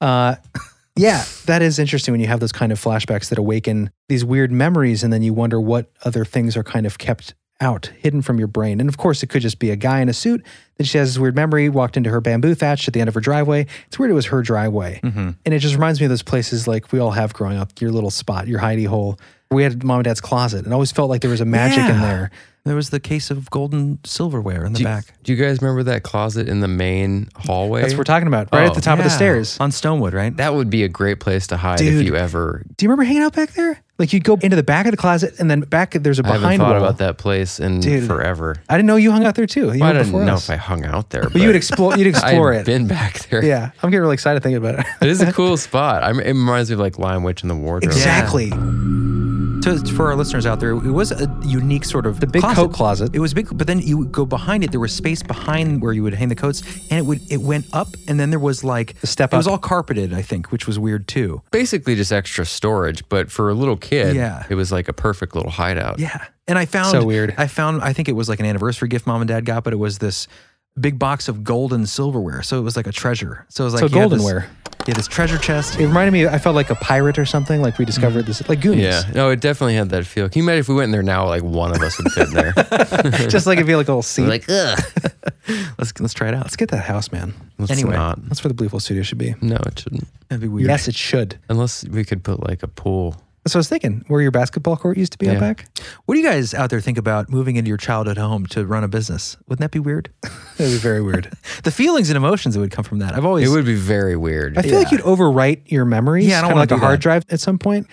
S4: Uh, yeah, that is interesting when you have those kind of flashbacks that awaken these weird memories, and then you wonder what other things are kind of kept out, hidden from your brain. And of course, it could just be a guy in a suit that she has this weird memory, walked into her bamboo thatch at the end of her driveway. It's weird it was her driveway.
S2: Mm-hmm.
S4: And it just reminds me of those places like we all have growing up, your little spot, your hidey hole. We had mom and dad's closet, and always felt like there was a magic in
S2: Yeah.
S4: there.
S2: There was the case of golden silverware in the
S5: do, you-
S2: back.
S5: do you guys remember that closet in the main hallway?
S4: That's what we're talking about, right at
S5: Oh.
S4: the top of the
S2: Yeah,
S4: stairs.
S2: on Stonewood, right?
S5: That would be a great place to hide
S4: Dude.
S5: if you ever.
S4: Do you remember hanging out back there? Like you'd go into the back of the closet, and then back there's a
S5: I
S4: behind
S5: haven't thought
S4: wall.
S5: about that place in
S4: Dude.
S5: forever.
S4: I didn't know you hung out there too. You
S5: Well, I
S4: went
S5: don't
S4: before
S5: know
S4: us.
S5: if I hung out there, but,
S4: But you would explore. You'd explore
S5: I've
S4: it.
S5: been back there.
S4: Yeah, I'm getting really excited thinking about it.
S5: It is a cool spot. I mean, it reminds me of like Lime Witch in the Wardrobe.
S4: exactly.
S2: So it's- for our listeners out there, it was a unique sort of the
S4: big coat closet.
S2: It was big, but then you would go behind it. There was space behind where you would hang the coats, and it would it went up, and then there was like
S4: A step
S2: It was
S4: up.
S2: all carpeted, I think, which was weird too.
S5: Basically, just extra storage, but for a little kid,
S2: Yeah.
S5: it was like a perfect little hideout.
S2: Yeah, and I found
S4: So weird.
S2: I found I think it was like an anniversary gift mom and dad got, but it was this big box of gold and silverware. So it was like a treasure. So it was like
S4: So
S2: you had this-
S4: goldenware.
S2: you had this treasure chest.
S4: It reminded me. I felt like a pirate or something.
S2: Mm-hmm.
S4: Like we discovered this, like Goonies.
S5: Yeah. No, it definitely had that feel. Can you imagine if we went in there now, like one of us would fit in there?
S4: Just like it'd be like a little seat.
S5: like, ugh.
S2: Let's let's try it out.
S4: Let's get that house, man.
S5: Let's
S2: Anyway.
S5: not.
S4: That's where the Believeful Studio should be.
S5: No, it shouldn't.
S2: That'd be weird.
S4: Yes, it should.
S5: Unless we could put like a pool.
S4: That's what I was thinking. Where your basketball court used to be out
S5: Yeah.
S4: back.
S2: What do you guys out there think about moving into your childhood home to run a business? Wouldn't that be weird?
S4: That'd be very weird.
S2: the feelings and emotions that would come from that. I've always
S5: It would be very weird.
S4: I feel like
S2: Yeah.
S4: you'd overwrite your memories.
S2: Yeah, I don't
S4: kinda
S2: wanna
S4: like
S2: do
S4: a hard
S2: that.
S4: drive at some point.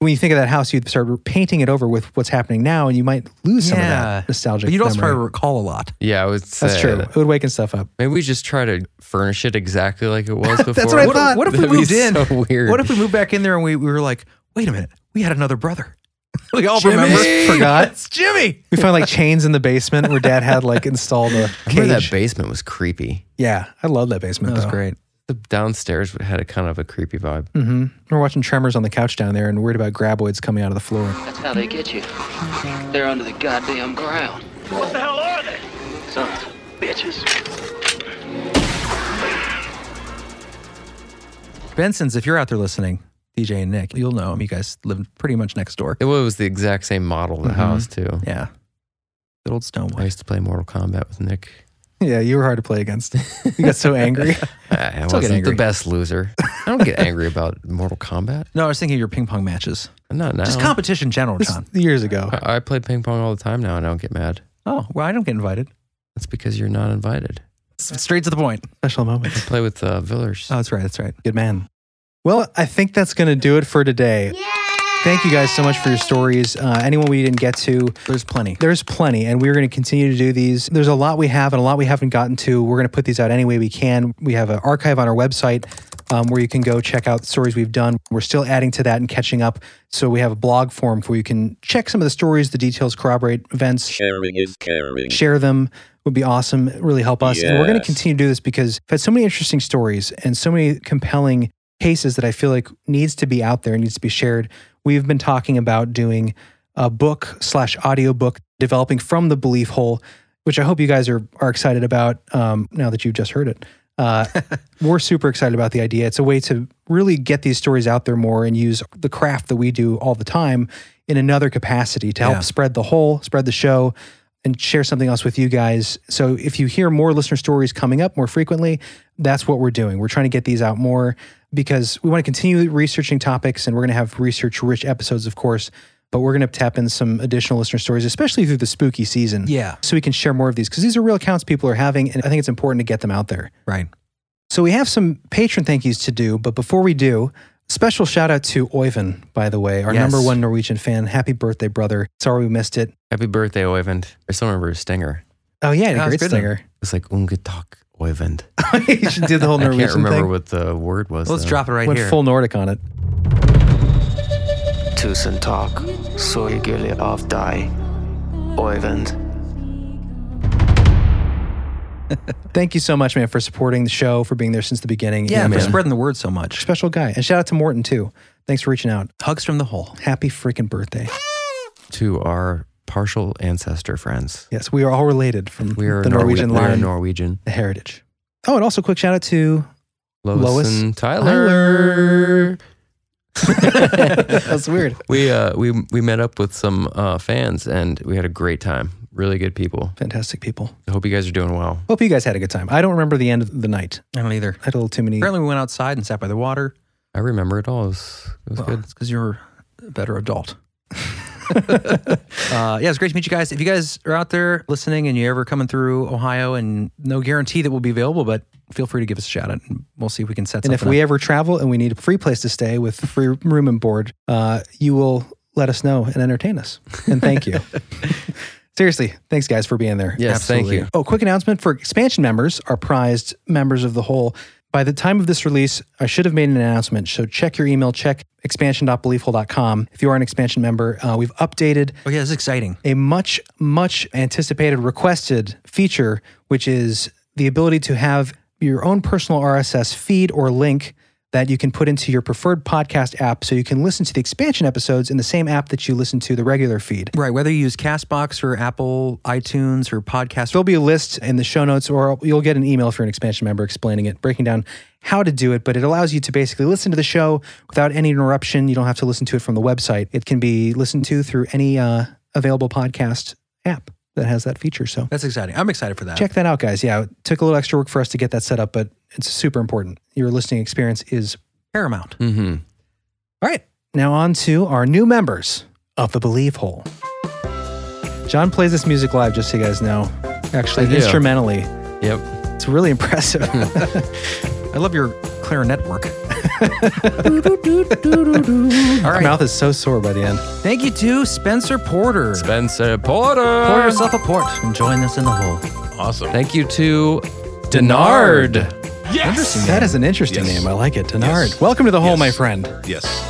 S4: When you think of that house, you'd start painting it over with what's happening now, and you might lose some of
S2: Yeah.
S4: that nostalgic.
S2: But you'd also
S4: memory.
S2: probably recall a lot.
S5: Yeah, I would say
S4: That's true.
S5: that.
S4: It would waken stuff up.
S5: Maybe we just try to furnish it exactly like it was before.
S4: what I
S2: What,
S4: thought.
S2: what if we
S5: That'd be
S2: moved in?
S5: So weird.
S2: What if we moved back in there and we, we were like, wait a minute, we had another brother. we all remember.
S4: Remember? Forgot.
S2: It's Jimmy.
S4: We found like chains in the basement where Dad had like installed a
S5: Remember
S4: cage.
S5: that basement was creepy.
S4: yeah, I love that basement.
S2: That was
S4: though.
S2: great.
S5: The downstairs had a kind of a creepy vibe.
S4: Mm-hmm. We're watching Tremors on the couch down there and worried about graboids coming out of the floor.
S9: That's how they get you. They're under the goddamn ground. What the hell are they? Sons of bitches.
S2: Benson's, if you're out there listening, DJ and Nick, you'll know him. You guys live pretty much next door.
S5: It was the exact same model of the house too.
S2: Yeah. Good old
S5: I
S2: Stoneway.
S5: used to play Mortal Kombat with Nick.
S4: Yeah, you were hard to play against. You got so angry.
S5: I wasn't angry. the best loser. I don't get angry about Mortal Kombat.
S15: No, I was thinking your ping pong matches.
S5: Not now.
S15: Just competition general, John.
S4: Oh. This, years ago.
S5: I, I play ping pong all the time now and I don't get mad.
S15: Oh, well, I don't get invited.
S5: That's because you're not invited.
S15: Straight to the point.
S4: Special moment.
S5: I play with uh, Villers.
S15: Oh, that's right. That's right.
S4: Good man. Well, I think that's going to do it for today.
S8: Yay!
S4: Thank you guys so much for your stories. Uh, anyone we didn't get to,
S15: There's plenty.
S4: there's plenty, and we're going to continue to do these. There's a lot we have and a lot we haven't gotten to. We're going to put these out any way we can. We have an archive on our website um, where you can go check out stories we've done. We're still adding to that and catching up. So we have a blog form where you can check some of the stories, the details, corroborate events,
S7: Sharing is caring.
S4: share them would be awesome. It really help us. And we're going to continue to do this because I've had so many interesting stories and so many compelling cases that I feel like needs to be out there and needs to be shared. We've been talking about doing a book slash audiobook developing from the belief hole, which I hope you guys are are excited about um, now that you've just heard it. Uh, we're super excited about the idea. It's a way to really get these stories out there more and use the craft that we do all the time in another capacity to help
S15: Yeah.
S4: spread the whole, spread the show, and share something else with you guys. So if you hear more listener stories coming up more frequently, that's what we're doing. We're trying to get these out more because we want to continue researching topics and we're going to have research rich episodes, of course. But we're going to tap in some additional listener stories, especially through the spooky season.
S15: Yeah.
S4: So we can share more of these because these are real accounts people are having. And I think it's important to get them out there.
S15: Right.
S4: So we have some patron thank yous to do, but before we do, special shout out to Oyvind, by the way, our
S15: Yes.
S4: number one Norwegian fan. Happy birthday, brother. Sorry we missed it.
S5: Happy birthday, Oyvind. I still remember his stinger.
S4: Oh
S15: Yeah,
S4: yeah, a
S15: that's
S4: great
S15: good.
S4: singer.
S5: It's like Ungetak Oyvind.
S4: you should do the whole
S5: I
S4: Norwegian
S5: can't remember
S4: thing.
S5: what the word was.
S15: Let's
S5: though.
S15: drop it right
S4: Went
S15: here.
S4: full Nordic on it.
S16: Tusen tak, så hyggelig av dig, Oyvind.
S4: Thank you so much, man, for supporting the show, for being there since the beginning.
S15: Yeah,
S4: And
S15: for
S4: for spread-
S15: spreading the word so much.
S4: special guy. And shout out to Morton too. Thanks for reaching out.
S15: Hugs from the hole.
S4: Happy freaking birthday.
S5: To our partial ancestor friends.
S4: Yes, we are all related from
S5: We are
S4: the Norwegian
S5: Norwe- We are
S4: line,
S5: Norwegian.
S4: the heritage. Oh, and also quick shout out to
S5: Lois,
S4: Lois
S5: and Tyler.
S4: that's weird.
S5: We uh we we met up with some uh, fans and we had a great time. Really good people.
S4: Fantastic people.
S5: I hope you guys are doing well.
S4: Hope you guys had a good time. I don't remember the end of the night.
S15: I don't either.
S4: I had a little too many.
S15: Apparently, we went outside and sat by the water.
S5: I remember it all. It was, it was
S15: Well,
S5: good.
S15: It's because you're a better adult. uh, yeah, it's great to meet you guys. If you guys are out there listening and you're ever coming through Ohio, and no guarantee that we'll be available, but feel free to give us a shout out and we'll see if we can set
S4: And
S15: something
S4: if we
S15: up.
S4: ever travel and we need a free place to stay with free room and board, uh, you will let us know and entertain us. And thank you. Seriously, thanks guys for being there.
S5: Yes, thank you.
S4: Oh, quick announcement for expansion members, our prized members of the whole. By the time of this release, I should have made an announcement. So check your email, check expansion.beliefhole.com. If you are an expansion member, uh, we've updated
S15: Oh, yeah, this is exciting.
S4: a much, much anticipated, requested feature, which is the ability to have your own personal RSS feed or link that you can put into your preferred podcast app so you can listen to the expansion episodes in the same app that you listen to the regular feed.
S15: Right. Whether you use Castbox or Apple iTunes or podcast,
S4: There'll be a list in the show notes, or you'll get an email if you're an expansion member explaining it, breaking down how to do it. But it allows you to basically listen to the show without any interruption. You don't have to listen to it from the website, it can be listened to through any uh, available podcast app that has that feature. So
S15: that's exciting. I'm excited for that.
S4: check that out, guys. Yeah, it took a little extra work for us to get that set up, but it's super important. Your listening experience is
S15: Paramount.
S5: Mm-hmm.
S4: all right. Now on to our new members of the Believe Hole. John plays this music live, just so you guys know. Actually,
S5: I do.
S4: instrumentally,
S5: Yep.
S4: it's really impressive.
S15: Hmm. I love your clarinet work. All
S4: My
S15: right.
S4: mouth is so sore by the end.
S15: Thank you to Spencer Porter.
S5: Spencer Porter.
S15: Pour yourself a port and join us in the hole.
S12: Awesome.
S5: Thank you to Denard.
S4: Interesting. That is an interesting
S12: Yes.
S4: name. I like it. Denard.
S12: Yes.
S4: Welcome to the hole,
S12: Yes.
S4: my friend.
S12: Yes.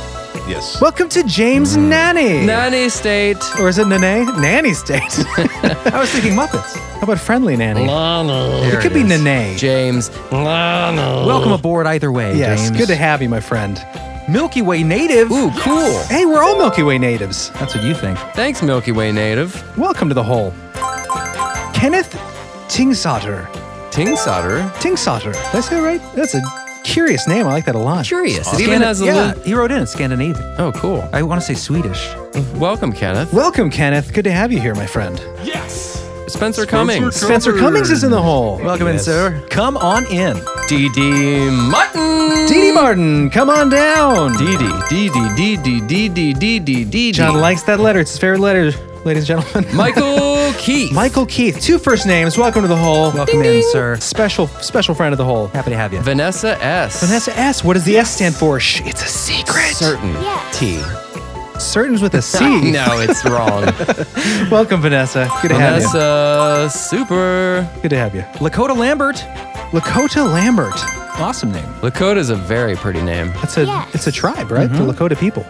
S12: Yes.
S4: Welcome to James
S15: Mm.
S4: Nanny.
S5: Nanny State.
S4: Or is it Nene? Nanny State. I was thinking Muppets. How about Friendly Nanny? It could be Nene.
S5: James.
S15: Welcome aboard either way,
S4: Yes,
S15: James.
S4: good to have you, my friend.
S15: Milky Way native.
S5: Ooh, cool.
S4: Hey, we're all Milky Way natives.
S15: That's what you think.
S5: Thanks, Milky Way native.
S4: Welcome to the hole. Kenneth Tingsotter.
S5: Ting Solder.
S4: Tingsotter. Did I say that right? That's a curious name. I like that a lot.
S5: Curious. It even has a
S15: yeah,
S5: little.
S15: he wrote in. It's Scandinavian.
S5: Oh, cool.
S15: I want to say Swedish.
S5: Welcome, Kenneth.
S4: Welcome, Kenneth. Good to have you here, my friend.
S5: Spencer Cummings.
S4: Spencer Cummings is in the hole.
S15: Welcome in, sir.
S4: Come on in.
S5: DD Martin.
S4: DD Martin, come on down.
S5: DD, DD, DD, DD, DD, DD.
S4: John likes that letter. It's his favorite letter, ladies and gentlemen.
S5: Michael Keith.
S4: Michael Keith. Two first names. Welcome to the hole.
S15: Welcome in, sir.
S4: Special, special friend of the hole.
S15: Happy to have you.
S5: Vanessa S.
S4: Vanessa S. What does the S stand for? Shh, it's a secret.
S5: Certain. T.
S4: Certain's with a C.
S5: no, it's wrong.
S4: Welcome, Vanessa. Good to have
S5: Vanessa Super.
S4: you. Good to have you.
S15: Lakota Lambert.
S4: Lakota Lambert. Awesome name.
S5: Lakota's a very pretty name.
S4: That's a it's a tribe, right? The Lakota people.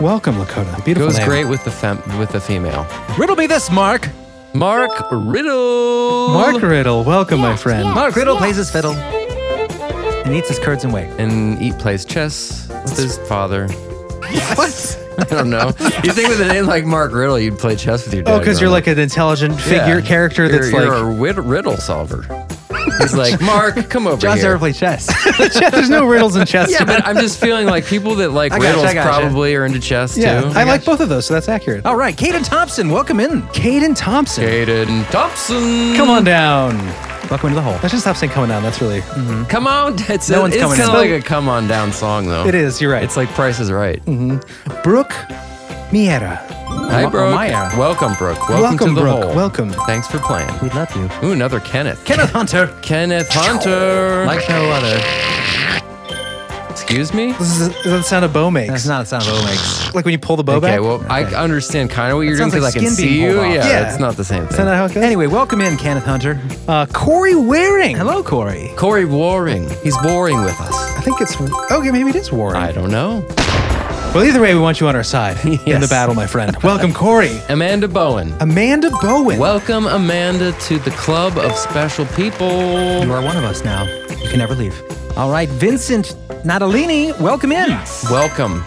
S4: Welcome, Lakota. Beautiful
S5: Goes
S4: name.
S5: great with the fem- with the female.
S15: Riddle me this, Mark.
S5: Mark Riddle.
S4: Mark Riddle, welcome, my friend.
S15: Mark Riddle plays his fiddle and eats his curds and
S4: Oh,
S15: whey.
S5: and Eat plays chess with his father. What? I don't know. You think with a name like Mark Riddle, you'd play chess with your dad?
S4: Oh, because you're like an intelligent figure character that's
S5: you're,
S4: like
S5: you're a wid- riddle solver. He's like Mark, come over
S15: John's
S5: here.
S15: never played chess.
S4: Yeah, there's no riddles in chess.
S5: yeah, but I'm just feeling like people that like
S15: I gotcha,
S5: riddles
S15: I gotcha.
S5: probably are into chess
S4: Yeah,
S5: too.
S4: I like both of those, so that's accurate.
S2: Oh.
S15: All right, Kaden Thompson, welcome in.
S4: Caden Thompson.
S5: Jaden Thompson.
S4: Come on down.
S15: Welcome into the hole.
S4: Let's just stop saying coming down. That's really
S5: Come on. It's,
S15: No
S5: a-
S15: one's
S5: it's
S15: coming
S5: kind of
S15: in.
S5: like a come on down song, though.
S4: it is. You're right.
S5: It's like Price is Right.
S4: Brooke Miera.
S5: Hi, Brooke.
S15: Maya.
S5: Welcome, Brooke. Welcome,
S4: Welcome,
S5: to the
S4: Brooke.
S5: hole.
S4: Welcome.
S5: Thanks for playing.
S15: We love you.
S5: Ooh, another Kenneth.
S15: Kenneth Hunter.
S5: Kenneth Hunter.
S15: Like no other.
S5: Excuse me?
S4: This is, is that the sound a bow makes.
S15: That's not a sound of Omex.
S4: like when you pull the bow
S5: Okay,
S4: back.
S5: well, I understand kind of what you're doing
S15: sounds
S5: because
S15: like
S5: I can
S15: skin
S5: see
S15: being
S5: you.
S15: pulled off.
S5: Yeah,
S4: Yeah.
S5: it's not the same
S4: Is that
S5: thing.
S4: not how it goes?
S15: Anyway, welcome in, Kenneth Hunter.
S4: uh, Corey Waring.
S15: Hello, Corey.
S5: Corey Waring. He's warring with us.
S4: I think it's okay. Maybe it is Waring.
S5: I don't know.
S4: Well, either way, we want you on our side in the
S5: Yes.
S4: battle, my friend. Welcome, Corey.
S5: Amanda Bowen.
S4: Amanda Bowen.
S5: Welcome, Amanda, to the Club of Special People.
S15: You are one of us now. You can never leave. All right, Vincent Natalini, welcome in.
S5: Welcome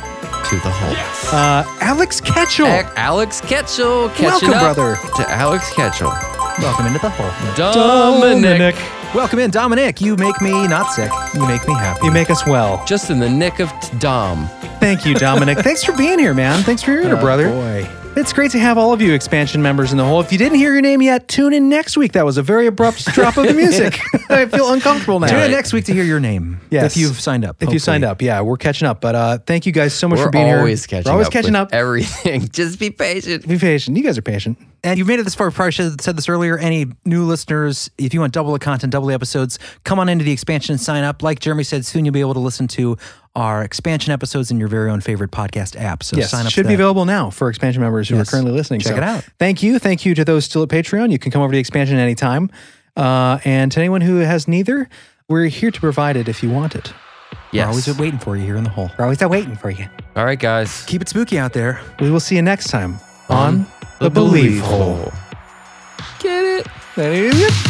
S5: to the hole.
S4: uh, Alex Ketchel.
S5: A- Alex Ketchel. catching
S4: Welcome,
S5: up
S4: brother.
S5: To Alex Ketchel.
S15: Welcome into the hole.
S5: Dominic.
S15: Welcome in, Dominic. You make me not sick. You make me happy.
S4: You make us well.
S5: Just in the nick of t- Dom.
S4: Thank you, Dominic. Thanks for being here, man. Thanks for being here, brother.
S15: Oh, boy.
S4: It's great to have all of you expansion members in the hole. If you didn't hear your name yet, tune in next week. That was a very abrupt drop of the music. I feel uncomfortable now.
S15: Tune
S5: Right.
S15: in next week to hear your name.
S4: Yes.
S15: If you've signed up.
S4: If you signed up, yeah, we're catching up. But uh, thank you guys so much
S5: We're
S4: for being
S5: always
S4: here.
S5: catching
S4: we're always
S5: up.
S4: catching
S5: with
S4: up.
S5: Everything. Just be patient.
S4: Be patient. You guys are patient.
S15: And you've made it this far. Probably should have said this earlier. Any new listeners, if you want double the content, double the episodes, come on into the expansion and sign up. Like Jeremy said, soon you'll be able to listen to our expansion episodes in your very own favorite podcast app. So
S4: Yes,
S15: sign up.
S4: should
S15: for
S4: be
S15: that.
S4: available now for expansion members who
S15: Yes.
S4: are currently listening.
S15: Check
S4: So
S15: it out.
S4: Thank you, thank you to those still at Patreon. You can come over to the expansion anytime, uh, and to anyone who has neither, we're here to provide it if you want it.
S15: We're
S5: Yes.
S15: always waiting for you here in the hole.
S4: We're always out waiting for you.
S5: All right, guys.
S15: Keep it spooky out there.
S4: We will see you next time on the Believe Hole.
S5: Get it?
S4: That is it.